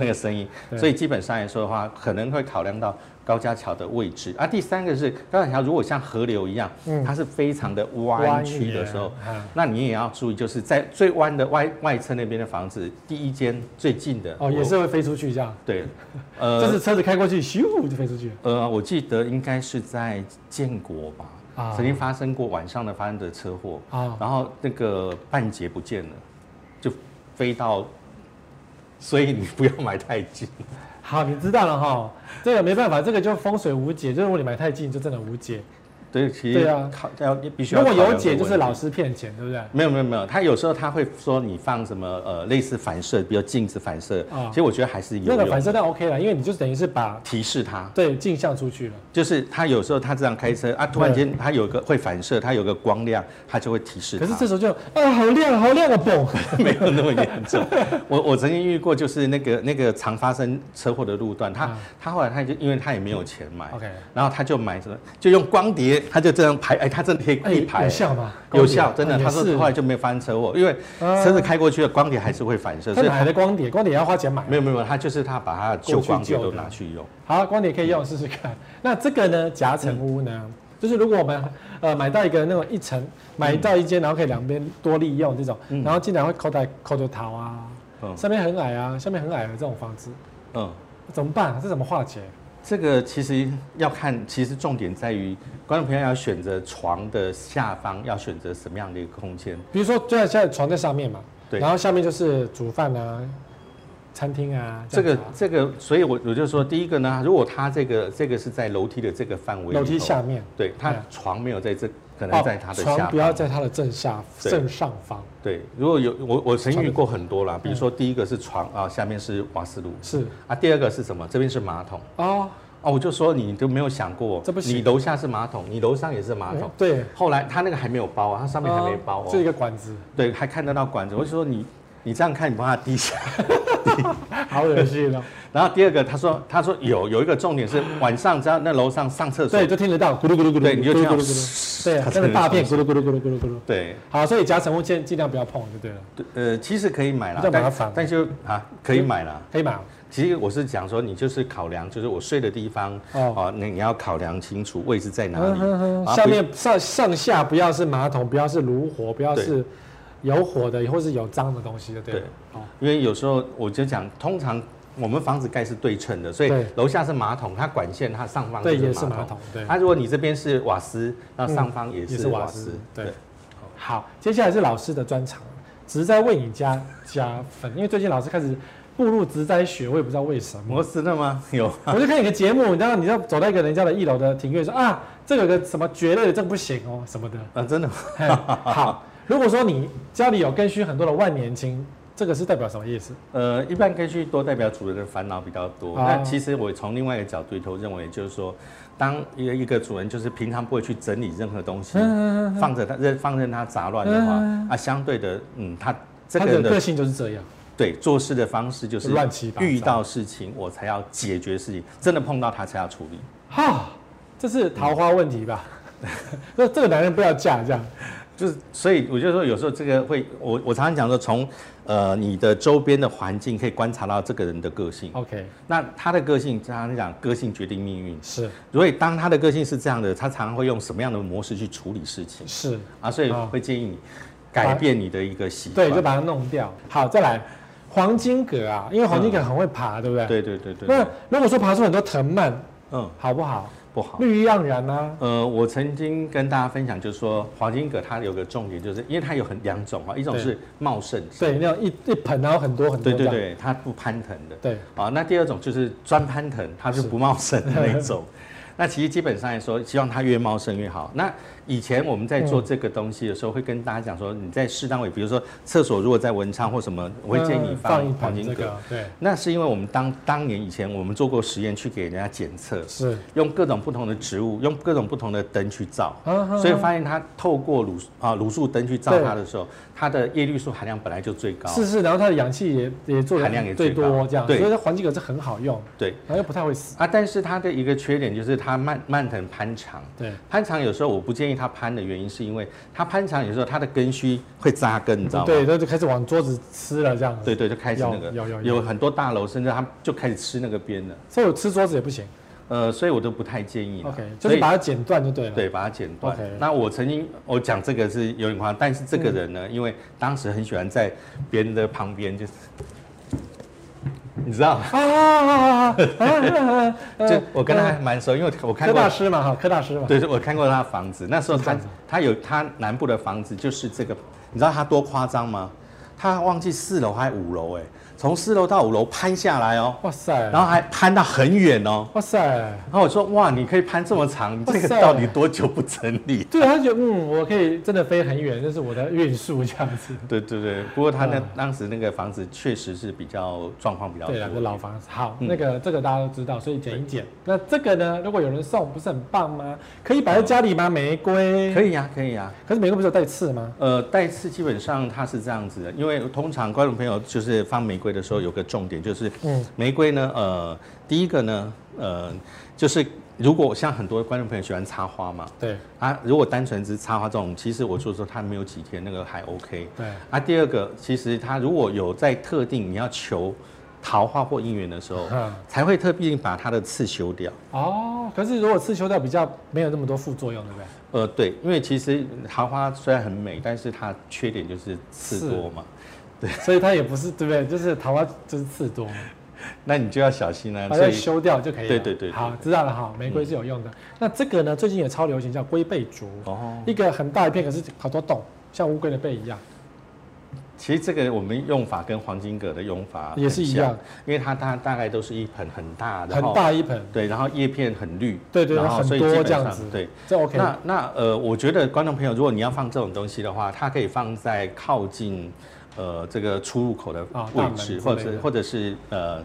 [SPEAKER 2] 那个声音
[SPEAKER 1] 对，
[SPEAKER 2] 所以基本上来说的话，可能会考量到高架桥的位置啊。第三个是高架桥，如果像河流一样
[SPEAKER 1] 嗯，
[SPEAKER 2] 它是非常的弯曲的时候，
[SPEAKER 1] 嗯
[SPEAKER 2] 那你也要注意，就是在最弯的外外侧那边的房子，第一间最近的
[SPEAKER 1] 哦，也
[SPEAKER 2] 我呃
[SPEAKER 1] 是会飞出去这样，
[SPEAKER 2] 对，
[SPEAKER 1] 就是车子开过去，咻就飞出去。
[SPEAKER 2] 呃，我记得应该是在建国吧，
[SPEAKER 1] 啊
[SPEAKER 2] 曾经发生过晚上的发生的车祸
[SPEAKER 1] 啊
[SPEAKER 2] 然后那个半截不见了，就飞到，所以你不要买太近。
[SPEAKER 1] 好，你知道了哈，这个没办法，这个就风水无解，就是如果你买太近，就真的无解。
[SPEAKER 2] 对，其
[SPEAKER 1] 对
[SPEAKER 2] 实
[SPEAKER 1] 啊
[SPEAKER 2] 考要必须要
[SPEAKER 1] 如果
[SPEAKER 2] 考量
[SPEAKER 1] 有
[SPEAKER 2] 这个
[SPEAKER 1] 解，就是
[SPEAKER 2] 问题
[SPEAKER 1] 老师骗钱，对不对？
[SPEAKER 2] 没有没有没有，他有时候他会说你放什么呃类似反射，比如镜子反射，
[SPEAKER 1] 啊
[SPEAKER 2] 其实我觉得还是有
[SPEAKER 1] 那
[SPEAKER 2] 用
[SPEAKER 1] 个反射弹 OK 了，因为你就等于是把
[SPEAKER 2] 提示他。
[SPEAKER 1] 对镜像出去了。
[SPEAKER 2] 就是他有时候他这样开车啊，突然间他有一个会反射，他有一个光亮，他就会提示他。
[SPEAKER 1] 可是这时候就啊，好亮，好亮啊，嘣！
[SPEAKER 2] 没有那么严 重。我我曾经遇过，就是那个那个常发生车祸的路段，他、
[SPEAKER 1] 啊
[SPEAKER 2] 他后来他就因为他也没有钱买
[SPEAKER 1] OK
[SPEAKER 2] 然后他就买什么，就用光碟他就这样排，哎，他真的可以
[SPEAKER 1] 哎，
[SPEAKER 2] 一排
[SPEAKER 1] 有。效吗？哎
[SPEAKER 2] 有效，真的，他说
[SPEAKER 1] 是啊
[SPEAKER 2] 后来就没翻车我，因为车子开过去了，光碟还是会反射，
[SPEAKER 1] 他
[SPEAKER 2] 所以
[SPEAKER 1] 买的光碟，光碟也要花钱买。
[SPEAKER 2] 没有没有，没有他就是他把他的旧光碟都拿去用。
[SPEAKER 1] 好，光碟可以用试试看。 那这个呢，夹层屋呢，就是如果我们呃买到一个那种一层，买到一间，然后可以两边多利用这种，
[SPEAKER 2] 嗯
[SPEAKER 1] 然后进来会扣在扣着桃啊，
[SPEAKER 2] 嗯
[SPEAKER 1] 上面很矮啊，下面很矮的这种房子，
[SPEAKER 2] 嗯，
[SPEAKER 1] 怎么办？这怎么化解？
[SPEAKER 2] 这个其实要看，其实重点在于观众朋友要选择床的下方要选择什么样的一个空间。
[SPEAKER 1] 比如说，就像现在床在上面嘛，
[SPEAKER 2] 对
[SPEAKER 1] 然后下面就是煮饭啊、餐厅啊，
[SPEAKER 2] 这个
[SPEAKER 1] 样子
[SPEAKER 2] 这个，所以我我就说，第一个呢，如果他这个这个是在楼梯的这个范围
[SPEAKER 1] 啊
[SPEAKER 2] 里头
[SPEAKER 1] 楼梯下，面，
[SPEAKER 2] 对他
[SPEAKER 1] 对
[SPEAKER 2] 床没有在这，可能
[SPEAKER 1] 哦，
[SPEAKER 2] 在他的下
[SPEAKER 1] 床
[SPEAKER 2] 方
[SPEAKER 1] 不要在它的正下
[SPEAKER 2] 对
[SPEAKER 1] 正上方，
[SPEAKER 2] 对，如果有我我曾遇过很多
[SPEAKER 1] 嗯
[SPEAKER 2] 啦，比如说第一个是床啊，下面是瓦斯炉
[SPEAKER 1] 是
[SPEAKER 2] 啊，第二个是什么？这边是马桶
[SPEAKER 1] 哦，
[SPEAKER 2] 啊，我就说你都没有想过，
[SPEAKER 1] 这不行
[SPEAKER 2] 你楼下是马桶，你楼上也是马桶
[SPEAKER 1] 嗯。对，
[SPEAKER 2] 后来他那个还没有包啊，他上面还没包
[SPEAKER 1] 哦
[SPEAKER 2] 哦，
[SPEAKER 1] 这一个管 子，
[SPEAKER 2] 对，还看得到管子。我就说你你这样看，你把它滴下。
[SPEAKER 1] 好恶心哦。
[SPEAKER 2] 然后第二个他说他说有有一个重点是晚上只要那楼上上厕所
[SPEAKER 1] 对，，就听得到咕噜咕噜咕噜，
[SPEAKER 2] 对你就
[SPEAKER 1] 咕噜
[SPEAKER 2] 听到
[SPEAKER 1] 咕噜咕噜， 对啊，那
[SPEAKER 2] 它
[SPEAKER 1] 个
[SPEAKER 2] 真的
[SPEAKER 1] 大便
[SPEAKER 2] 是
[SPEAKER 1] 咕噜咕噜咕噜咕噜咕噜。
[SPEAKER 2] 对
[SPEAKER 1] 好，所以夹层物尽尽量不要碰就对了，
[SPEAKER 2] 对呃其实可以买啦
[SPEAKER 1] 比较，麻烦
[SPEAKER 2] 但但就啊可以买啦。
[SPEAKER 1] 可以买哦
[SPEAKER 2] 其实我是讲说，你就是考量，就是我睡的地方
[SPEAKER 1] 哦。
[SPEAKER 2] 啊，你你要考量清楚位置在哪
[SPEAKER 1] 嗯
[SPEAKER 2] 里
[SPEAKER 1] 哼哼，
[SPEAKER 2] 啊
[SPEAKER 1] 下
[SPEAKER 2] 不
[SPEAKER 1] 面上上下不要是马桶，不要是炉火，不要
[SPEAKER 2] 对
[SPEAKER 1] 是有火的，或是有脏的东西就对了
[SPEAKER 2] 对。
[SPEAKER 1] 好，
[SPEAKER 2] 因为有时候我就讲，通常我们房子盖是对称的，所以
[SPEAKER 1] 对
[SPEAKER 2] 楼下是马桶，它管线它上方
[SPEAKER 1] 对，
[SPEAKER 2] 就
[SPEAKER 1] 也
[SPEAKER 2] 是
[SPEAKER 1] 是马
[SPEAKER 2] 马桶啊
[SPEAKER 1] 桶。，对，
[SPEAKER 2] 它如果你这边是瓦斯，那上方也
[SPEAKER 1] 也
[SPEAKER 2] 是
[SPEAKER 1] 是瓦
[SPEAKER 2] 瓦
[SPEAKER 1] 斯
[SPEAKER 2] 斯。。
[SPEAKER 1] 对，好，接下来是老师的专场，植栽为你加加分，因为最近老师开始步入植栽学，我也不知道为什么。
[SPEAKER 2] 摩斯的吗？ 有。
[SPEAKER 1] 我就看你个节目，你知道，你知道走到一个人家的一楼的庭院，说啊，这个有个什么蕨类的，这个不行哦，什么的。
[SPEAKER 2] 啊，真的吗，
[SPEAKER 1] 嘿 好，如果说你家里有根须很多的万年青，这个是代表什么意思？
[SPEAKER 2] 呃，一般根据多代表主人的烦恼比较多。
[SPEAKER 1] 哦
[SPEAKER 2] 那其实我从另外一个角度里头认为，就是说，当一个一个主人就是平常不会去整理任何东西，
[SPEAKER 1] 嗯
[SPEAKER 2] 放着它任放任它杂乱的话
[SPEAKER 1] 嗯，
[SPEAKER 2] 啊，相对的，嗯，他这
[SPEAKER 1] 他
[SPEAKER 2] 个人
[SPEAKER 1] 的
[SPEAKER 2] 的
[SPEAKER 1] 个性就是这样，
[SPEAKER 2] 对做事的方式就是
[SPEAKER 1] 乱七八糟
[SPEAKER 2] 遇到事情我才要解决事情，真的碰到他才要处理。
[SPEAKER 1] 哈，这是桃花问题吧？ 那这个男人不要嫁，这样
[SPEAKER 2] 就是，所以我就说，有时候这个会，我我常常讲说从，呃你的周边的环境可以观察到这个人的个性。
[SPEAKER 1] OK
[SPEAKER 2] 那他的个性，常常讲个性决定命运，
[SPEAKER 1] 是
[SPEAKER 2] 所以当他的个性是这样的，他常常会用什么样的模式去处理事情
[SPEAKER 1] 是，
[SPEAKER 2] 啊？所以
[SPEAKER 1] 啊
[SPEAKER 2] 会建议你改变你的一个习惯。
[SPEAKER 1] 对，就把它弄掉。好，再来黄金葛啊，因为黄金葛很会爬，对不对？
[SPEAKER 2] 对对对对
[SPEAKER 1] 那
[SPEAKER 2] 对，
[SPEAKER 1] 如果说爬出很多藤蔓，
[SPEAKER 2] 嗯，
[SPEAKER 1] 好不好？
[SPEAKER 2] 不好。
[SPEAKER 1] 绿意盎然啊，
[SPEAKER 2] 呃，我曾经跟大家分享，就是说黄金葛它有个重点，就是因为它有很两种啊，一种
[SPEAKER 1] 对
[SPEAKER 2] 是茂盛型，
[SPEAKER 1] 对，那种一一盆，然后很多很多
[SPEAKER 2] 对
[SPEAKER 1] 这
[SPEAKER 2] 对
[SPEAKER 1] 样，
[SPEAKER 2] 对，它不攀藤的。
[SPEAKER 1] 对，
[SPEAKER 2] 啊，那第二种就是专攀藤，它是
[SPEAKER 1] 是
[SPEAKER 2] 不茂盛的那一种。 那其实基本上来说，希望它越茂盛越好。那以前我们在做这个东西的时候，会跟大家讲说，你在适当位，比如说厕所如果在文昌或什么，我会建议你
[SPEAKER 1] 嗯
[SPEAKER 2] 放
[SPEAKER 1] 一
[SPEAKER 2] 黄
[SPEAKER 1] 盆
[SPEAKER 2] 金
[SPEAKER 1] 这
[SPEAKER 2] 葛。
[SPEAKER 1] 个，对，
[SPEAKER 2] 那是因为我们当当年以前我们做过实验去给人家检测，
[SPEAKER 1] 是，
[SPEAKER 2] 用各种不同的植物，用各种不同的灯去照，
[SPEAKER 1] 啊哈
[SPEAKER 2] 所以发现它透过卤啊卤素灯去照
[SPEAKER 1] 对
[SPEAKER 2] 它的时候，它的叶绿素含量本来就最高。
[SPEAKER 1] 是是，然后它的氧气也也做的
[SPEAKER 2] 含量也
[SPEAKER 1] 最
[SPEAKER 2] 最高
[SPEAKER 1] 多这样，所
[SPEAKER 2] 对
[SPEAKER 1] 以它黄金葛是很好用，
[SPEAKER 2] 对
[SPEAKER 1] 然后又不太会死，
[SPEAKER 2] 啊，但是它的一个缺点就是它蔓蔓藤攀长。
[SPEAKER 1] 对，
[SPEAKER 2] 攀长有时候我不建议它攀的原因，是因为它攀长有时候它的根须会扎根，你知道吗？
[SPEAKER 1] 对，它就开始往桌子吃了这样子，
[SPEAKER 2] 对对，就开始那个
[SPEAKER 1] 有有有
[SPEAKER 2] 有很多大楼，甚至它就开始吃那个边了。
[SPEAKER 1] 所以我吃桌子也不行
[SPEAKER 2] 呃，所以我都不太建议啦。
[SPEAKER 1] ，OK，就
[SPEAKER 2] 所以
[SPEAKER 1] 是把它剪断就对了，
[SPEAKER 2] 对，把它剪断
[SPEAKER 1] OK。
[SPEAKER 2] 那我曾经我讲这个是有点夸张，但是这个人呢，
[SPEAKER 1] 嗯
[SPEAKER 2] 因为当时很喜欢在别人的旁边，就是你知道，
[SPEAKER 1] 啊啊啊啊啊啊！
[SPEAKER 2] 就我跟他
[SPEAKER 1] 呃
[SPEAKER 2] 还蛮熟，因为我看
[SPEAKER 1] 柯
[SPEAKER 2] 过
[SPEAKER 1] 大师嘛哈，柯大师嘛，
[SPEAKER 2] 对，是我看过他的房子，那时候
[SPEAKER 1] 是这
[SPEAKER 2] 他
[SPEAKER 1] 样子
[SPEAKER 2] 他有他南部的房子就是这个，你知道他多夸张吗？他忘记四楼还五楼哎，从四楼到五楼攀下来哦，
[SPEAKER 1] 哇塞，
[SPEAKER 2] 然后还攀到很远哦。
[SPEAKER 1] 哇塞，
[SPEAKER 2] 然后我说哇，你可以攀这么长，你这
[SPEAKER 1] 哇
[SPEAKER 2] 个
[SPEAKER 1] 塞
[SPEAKER 2] 到底多久不整理？
[SPEAKER 1] 对，他觉得嗯，我可以真的飞很远，这是我的运数这样子。
[SPEAKER 2] 对对对，不过他那
[SPEAKER 1] 嗯
[SPEAKER 2] 当时那个房子确实是比较状况比较
[SPEAKER 1] 对啊了，这
[SPEAKER 2] 多，
[SPEAKER 1] 老房子好，
[SPEAKER 2] 嗯
[SPEAKER 1] 那个这个大家都知道，所以剪一剪。那这个呢，如果有人送，不是很棒吗？可以摆在家里吗？玫瑰
[SPEAKER 2] 可，以啊呀、可以呀、
[SPEAKER 1] 可是玫瑰不是有带刺吗？
[SPEAKER 2] 呃，带刺基本上它是这样子的，因为通常观众朋友就是放玫瑰的时候有个重点，就是
[SPEAKER 1] 嗯
[SPEAKER 2] 玫瑰呢，呃，第一个呢，呃，就是如果像很多观众朋友喜欢插花嘛，
[SPEAKER 1] 对
[SPEAKER 2] 啊，如果单纯只是插花这种，其实我就说它没有几天那个还 OK。
[SPEAKER 1] 对，
[SPEAKER 2] 啊，第二个，其实它如果有在特定你要求桃花或姻缘的时候，
[SPEAKER 1] 嗯
[SPEAKER 2] 才会特定把它的刺修掉。
[SPEAKER 1] 哦，可是如果刺修掉比较没有那么多副作用，对不对？
[SPEAKER 2] 呃，对，因为其实桃花虽然很美，但是它缺点就是刺多嘛，
[SPEAKER 1] 所以它也不是对不对？就是桃花就是刺多嘛，
[SPEAKER 2] 那你就要小心啊。
[SPEAKER 1] 把
[SPEAKER 2] 所
[SPEAKER 1] 它
[SPEAKER 2] 以
[SPEAKER 1] 修掉就可以了。
[SPEAKER 2] 对对对对嗯
[SPEAKER 1] 好，知道了哈，玫瑰是有用的。那这个呢，最近也超流行，叫龟背竹，
[SPEAKER 2] 哦，
[SPEAKER 1] 一个很大一片，可是好多洞，像乌龟的背一样。
[SPEAKER 2] 其实这个我们用法跟黄金葛的用法
[SPEAKER 1] 也是
[SPEAKER 2] 啊很
[SPEAKER 1] 一
[SPEAKER 2] 像
[SPEAKER 1] 样，
[SPEAKER 2] 因为它大大概都是一盆很大的，
[SPEAKER 1] 很
[SPEAKER 2] 然后
[SPEAKER 1] 大一盆，
[SPEAKER 2] 对，然后叶片很绿，
[SPEAKER 1] 对对，
[SPEAKER 2] 然后
[SPEAKER 1] 很
[SPEAKER 2] 所以基本
[SPEAKER 1] 多
[SPEAKER 2] 上
[SPEAKER 1] 这样子，
[SPEAKER 2] 对。，
[SPEAKER 1] 这 OK。
[SPEAKER 2] 那那呃，我觉得观众朋友，如果你要放这种东西的话，它可以放在靠近呃这个出入口的
[SPEAKER 1] 啊
[SPEAKER 2] 位
[SPEAKER 1] 大门之类
[SPEAKER 2] 置，
[SPEAKER 1] 的
[SPEAKER 2] 或者是或者是呃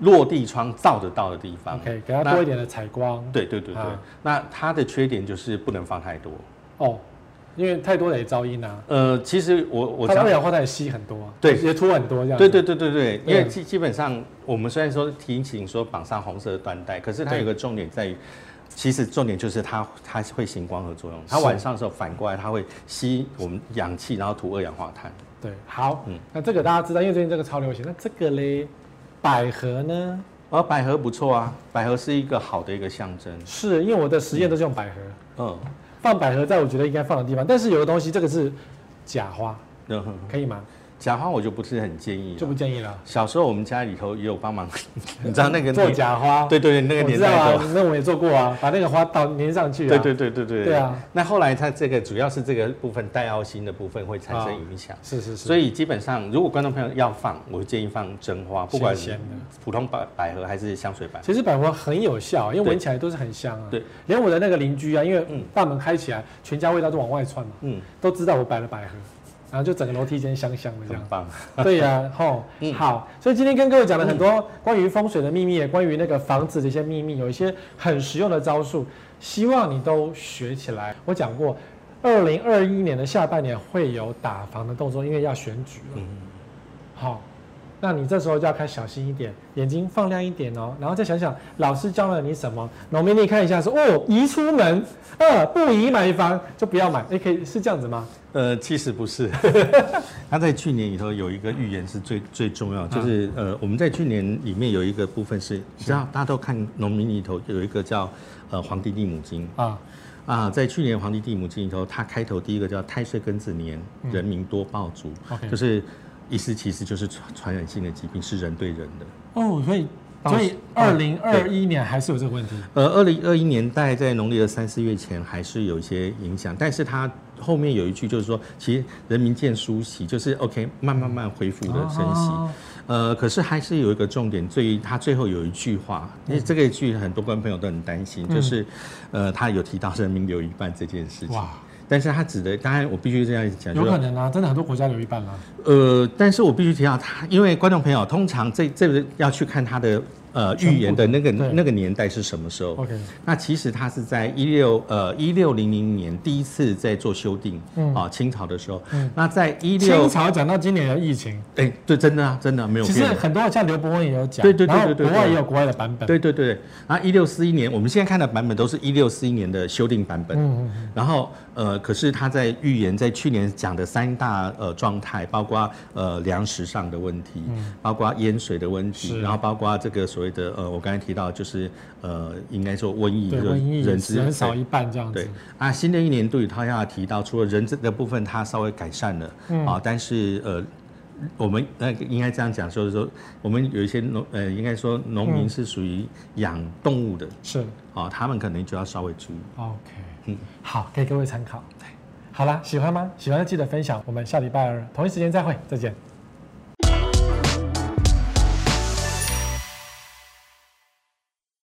[SPEAKER 2] 落地窗照得到的地方。
[SPEAKER 1] OK，给它
[SPEAKER 2] 嗯那
[SPEAKER 1] 多一点的采光
[SPEAKER 2] 对对对对
[SPEAKER 1] 啊，
[SPEAKER 2] 那它的缺点就是不能放太多。
[SPEAKER 1] 哦，因为太多的也噪音啊，
[SPEAKER 2] 呃，其实我我
[SPEAKER 1] 它
[SPEAKER 2] 常
[SPEAKER 1] 二氧化碳也吸很多啊，
[SPEAKER 2] 对
[SPEAKER 1] 也吐很多这样。
[SPEAKER 2] 对对，对对对，因
[SPEAKER 1] 对
[SPEAKER 2] 为基基本上我们虽然说提醒说绑上红色的缎带，可是它
[SPEAKER 1] 对
[SPEAKER 2] 有个重点在于，其实重点就是它它会行光合作用，它
[SPEAKER 1] 是
[SPEAKER 2] 晚上的时候反过来它会吸我们氧气，然后吐二氧化碳。
[SPEAKER 1] 对，好，
[SPEAKER 2] 嗯
[SPEAKER 1] 那这个大家知道，因为最近这个超流行。那这个嘞，百合呢？
[SPEAKER 2] 而哦百合不错啊，百合是一个好的一个象征。
[SPEAKER 1] 是因为我的实验都是用百合，
[SPEAKER 2] 嗯，
[SPEAKER 1] 放百合在我觉得应该放的地方，但是有的东西这个是假花，
[SPEAKER 2] 然后
[SPEAKER 1] 可以吗？
[SPEAKER 2] 假花嗯我就不是很建议
[SPEAKER 1] 就
[SPEAKER 2] 了。
[SPEAKER 1] 不建议了。
[SPEAKER 2] 小时候我们家里头也有帮忙， 你知道那个
[SPEAKER 1] 做
[SPEAKER 2] 年
[SPEAKER 1] 假花，
[SPEAKER 2] 对对对，那个
[SPEAKER 1] 我
[SPEAKER 2] 年
[SPEAKER 1] 知道
[SPEAKER 2] 代
[SPEAKER 1] 啊
[SPEAKER 2] 的。，
[SPEAKER 1] 那我也做过啊，把那个花倒粘上去啊。
[SPEAKER 2] 对对对对对
[SPEAKER 1] 对啊！
[SPEAKER 2] 那后来它这个主要是这个部分带奥星的部分会产生影响。
[SPEAKER 1] 是是是，
[SPEAKER 2] 所
[SPEAKER 1] 以
[SPEAKER 2] 以基本上，如果观众朋友要放，我建议放真花，不管
[SPEAKER 1] 新鲜的
[SPEAKER 2] 普通百百合还是香水百合。
[SPEAKER 1] 其实百合很有效，因为
[SPEAKER 2] 对
[SPEAKER 1] 闻起来都是很香啊。
[SPEAKER 2] 对，
[SPEAKER 1] 连我的那个邻居啊，因为
[SPEAKER 2] 嗯
[SPEAKER 1] 大门开起来，全家味道都往外窜嘛，
[SPEAKER 2] 嗯，
[SPEAKER 1] 都知道我摆了百合，然后就整个楼梯间香香的这
[SPEAKER 2] 很
[SPEAKER 1] 样。
[SPEAKER 2] 棒。
[SPEAKER 1] 对呀、吼、
[SPEAKER 2] 嗯
[SPEAKER 1] 好，所以今天跟各位讲了很多关于风水的秘密，也关于那个房子的一些秘密，有一些很实用的招数，希望你都学起来。我讲过，二零二一年的下半年会有打房的动作，因为要选举了。
[SPEAKER 2] 嗯，
[SPEAKER 1] 好，那你这时候就要开始小心一点，眼睛放亮一点哦，然后再想想老师教了你什么。农民力看一下说，哦，宜出门，二不宜买房，就不要买。哎，可以是这样子吗？
[SPEAKER 2] 呃，其实不 是。他在去年里头有一个预言是最最重要，
[SPEAKER 1] 啊
[SPEAKER 2] 就是呃，我们在去年里面有一个部分是，你知道大家都看农民里头有一个叫呃《黄帝地母经》
[SPEAKER 1] 啊，
[SPEAKER 2] 啊，在去年《黄帝地母经》里头，它开头第一个叫“太岁庚子年，
[SPEAKER 1] 嗯
[SPEAKER 2] 人民多爆竹”，
[SPEAKER 1] OK
[SPEAKER 2] 就是意思其实就是传传染性的疾病是人对人的。
[SPEAKER 1] 哦，所以所以二零二一年还是有这个问题。
[SPEAKER 2] 呃，二零二一年代在农历的三四月前还是有一些影响，但是它后面有一句就是说，其实人民见疏息，就是 OK 慢慢慢恢复的升息。
[SPEAKER 1] 哦
[SPEAKER 2] 呃，可是还是有一个重点，最它最后有一句话，因为这
[SPEAKER 1] 嗯
[SPEAKER 2] 个一句很多观众朋友都很担心，就是呃，他有提到人民留一半这件事情。
[SPEAKER 1] 哇，
[SPEAKER 2] 但是他指的，当然我必须这样讲，
[SPEAKER 1] 有
[SPEAKER 2] 就是
[SPEAKER 1] 可能啊，真的很多国家留一半啦、
[SPEAKER 2] 呃，但是我必须提到他，因为观众朋友通常这这个要去看他的呃
[SPEAKER 1] 全部
[SPEAKER 2] 预言的那个
[SPEAKER 1] 对哦
[SPEAKER 2] 那个年代是什么时候。
[SPEAKER 1] OK，
[SPEAKER 2] 那其实它是在一六呃一六零零年第一次在做修订，
[SPEAKER 1] 嗯
[SPEAKER 2] 啊，清朝的时候。
[SPEAKER 1] 嗯
[SPEAKER 2] 那在一
[SPEAKER 1] 清
[SPEAKER 2] 六，
[SPEAKER 1] 朝讲到今年的疫情，
[SPEAKER 2] 哎，对，真的啊，真的没有
[SPEAKER 1] 其实
[SPEAKER 2] 变。
[SPEAKER 1] 很多像刘伯温也有讲，
[SPEAKER 2] 对对对
[SPEAKER 1] 然后
[SPEAKER 2] 对对
[SPEAKER 1] 国外
[SPEAKER 2] 对
[SPEAKER 1] 也有国外的版本。
[SPEAKER 2] 对对对对，然后一六四一年，我们现在看的版本都是一六四一年的修订版本。
[SPEAKER 1] 嗯嗯嗯。
[SPEAKER 2] 然后呃，可是他在预言在去年讲的三大呃状态，包括呃粮食上的问题，包括淹水的问题，
[SPEAKER 1] 嗯是
[SPEAKER 2] 然后包括这个所谓的呃，我刚才提到就是呃，应该说瘟疫
[SPEAKER 1] 对
[SPEAKER 2] 人
[SPEAKER 1] 瘟疫
[SPEAKER 2] 人之
[SPEAKER 1] 人少一半这样子
[SPEAKER 2] 对。啊，新的一年度里他要提到，除了人这个部分他稍微改善了、啊，但是呃。我们那个应该这样讲，就是说，我们有一些农，呃，应该说农民是属于养动物的
[SPEAKER 1] 是
[SPEAKER 2] 啊、他们可能就要稍微注意。
[SPEAKER 1] OK，
[SPEAKER 2] 嗯
[SPEAKER 1] 好，给各位参考。好啦，喜欢吗？喜欢就记得分享。我们下礼拜二同一时间再会，再见。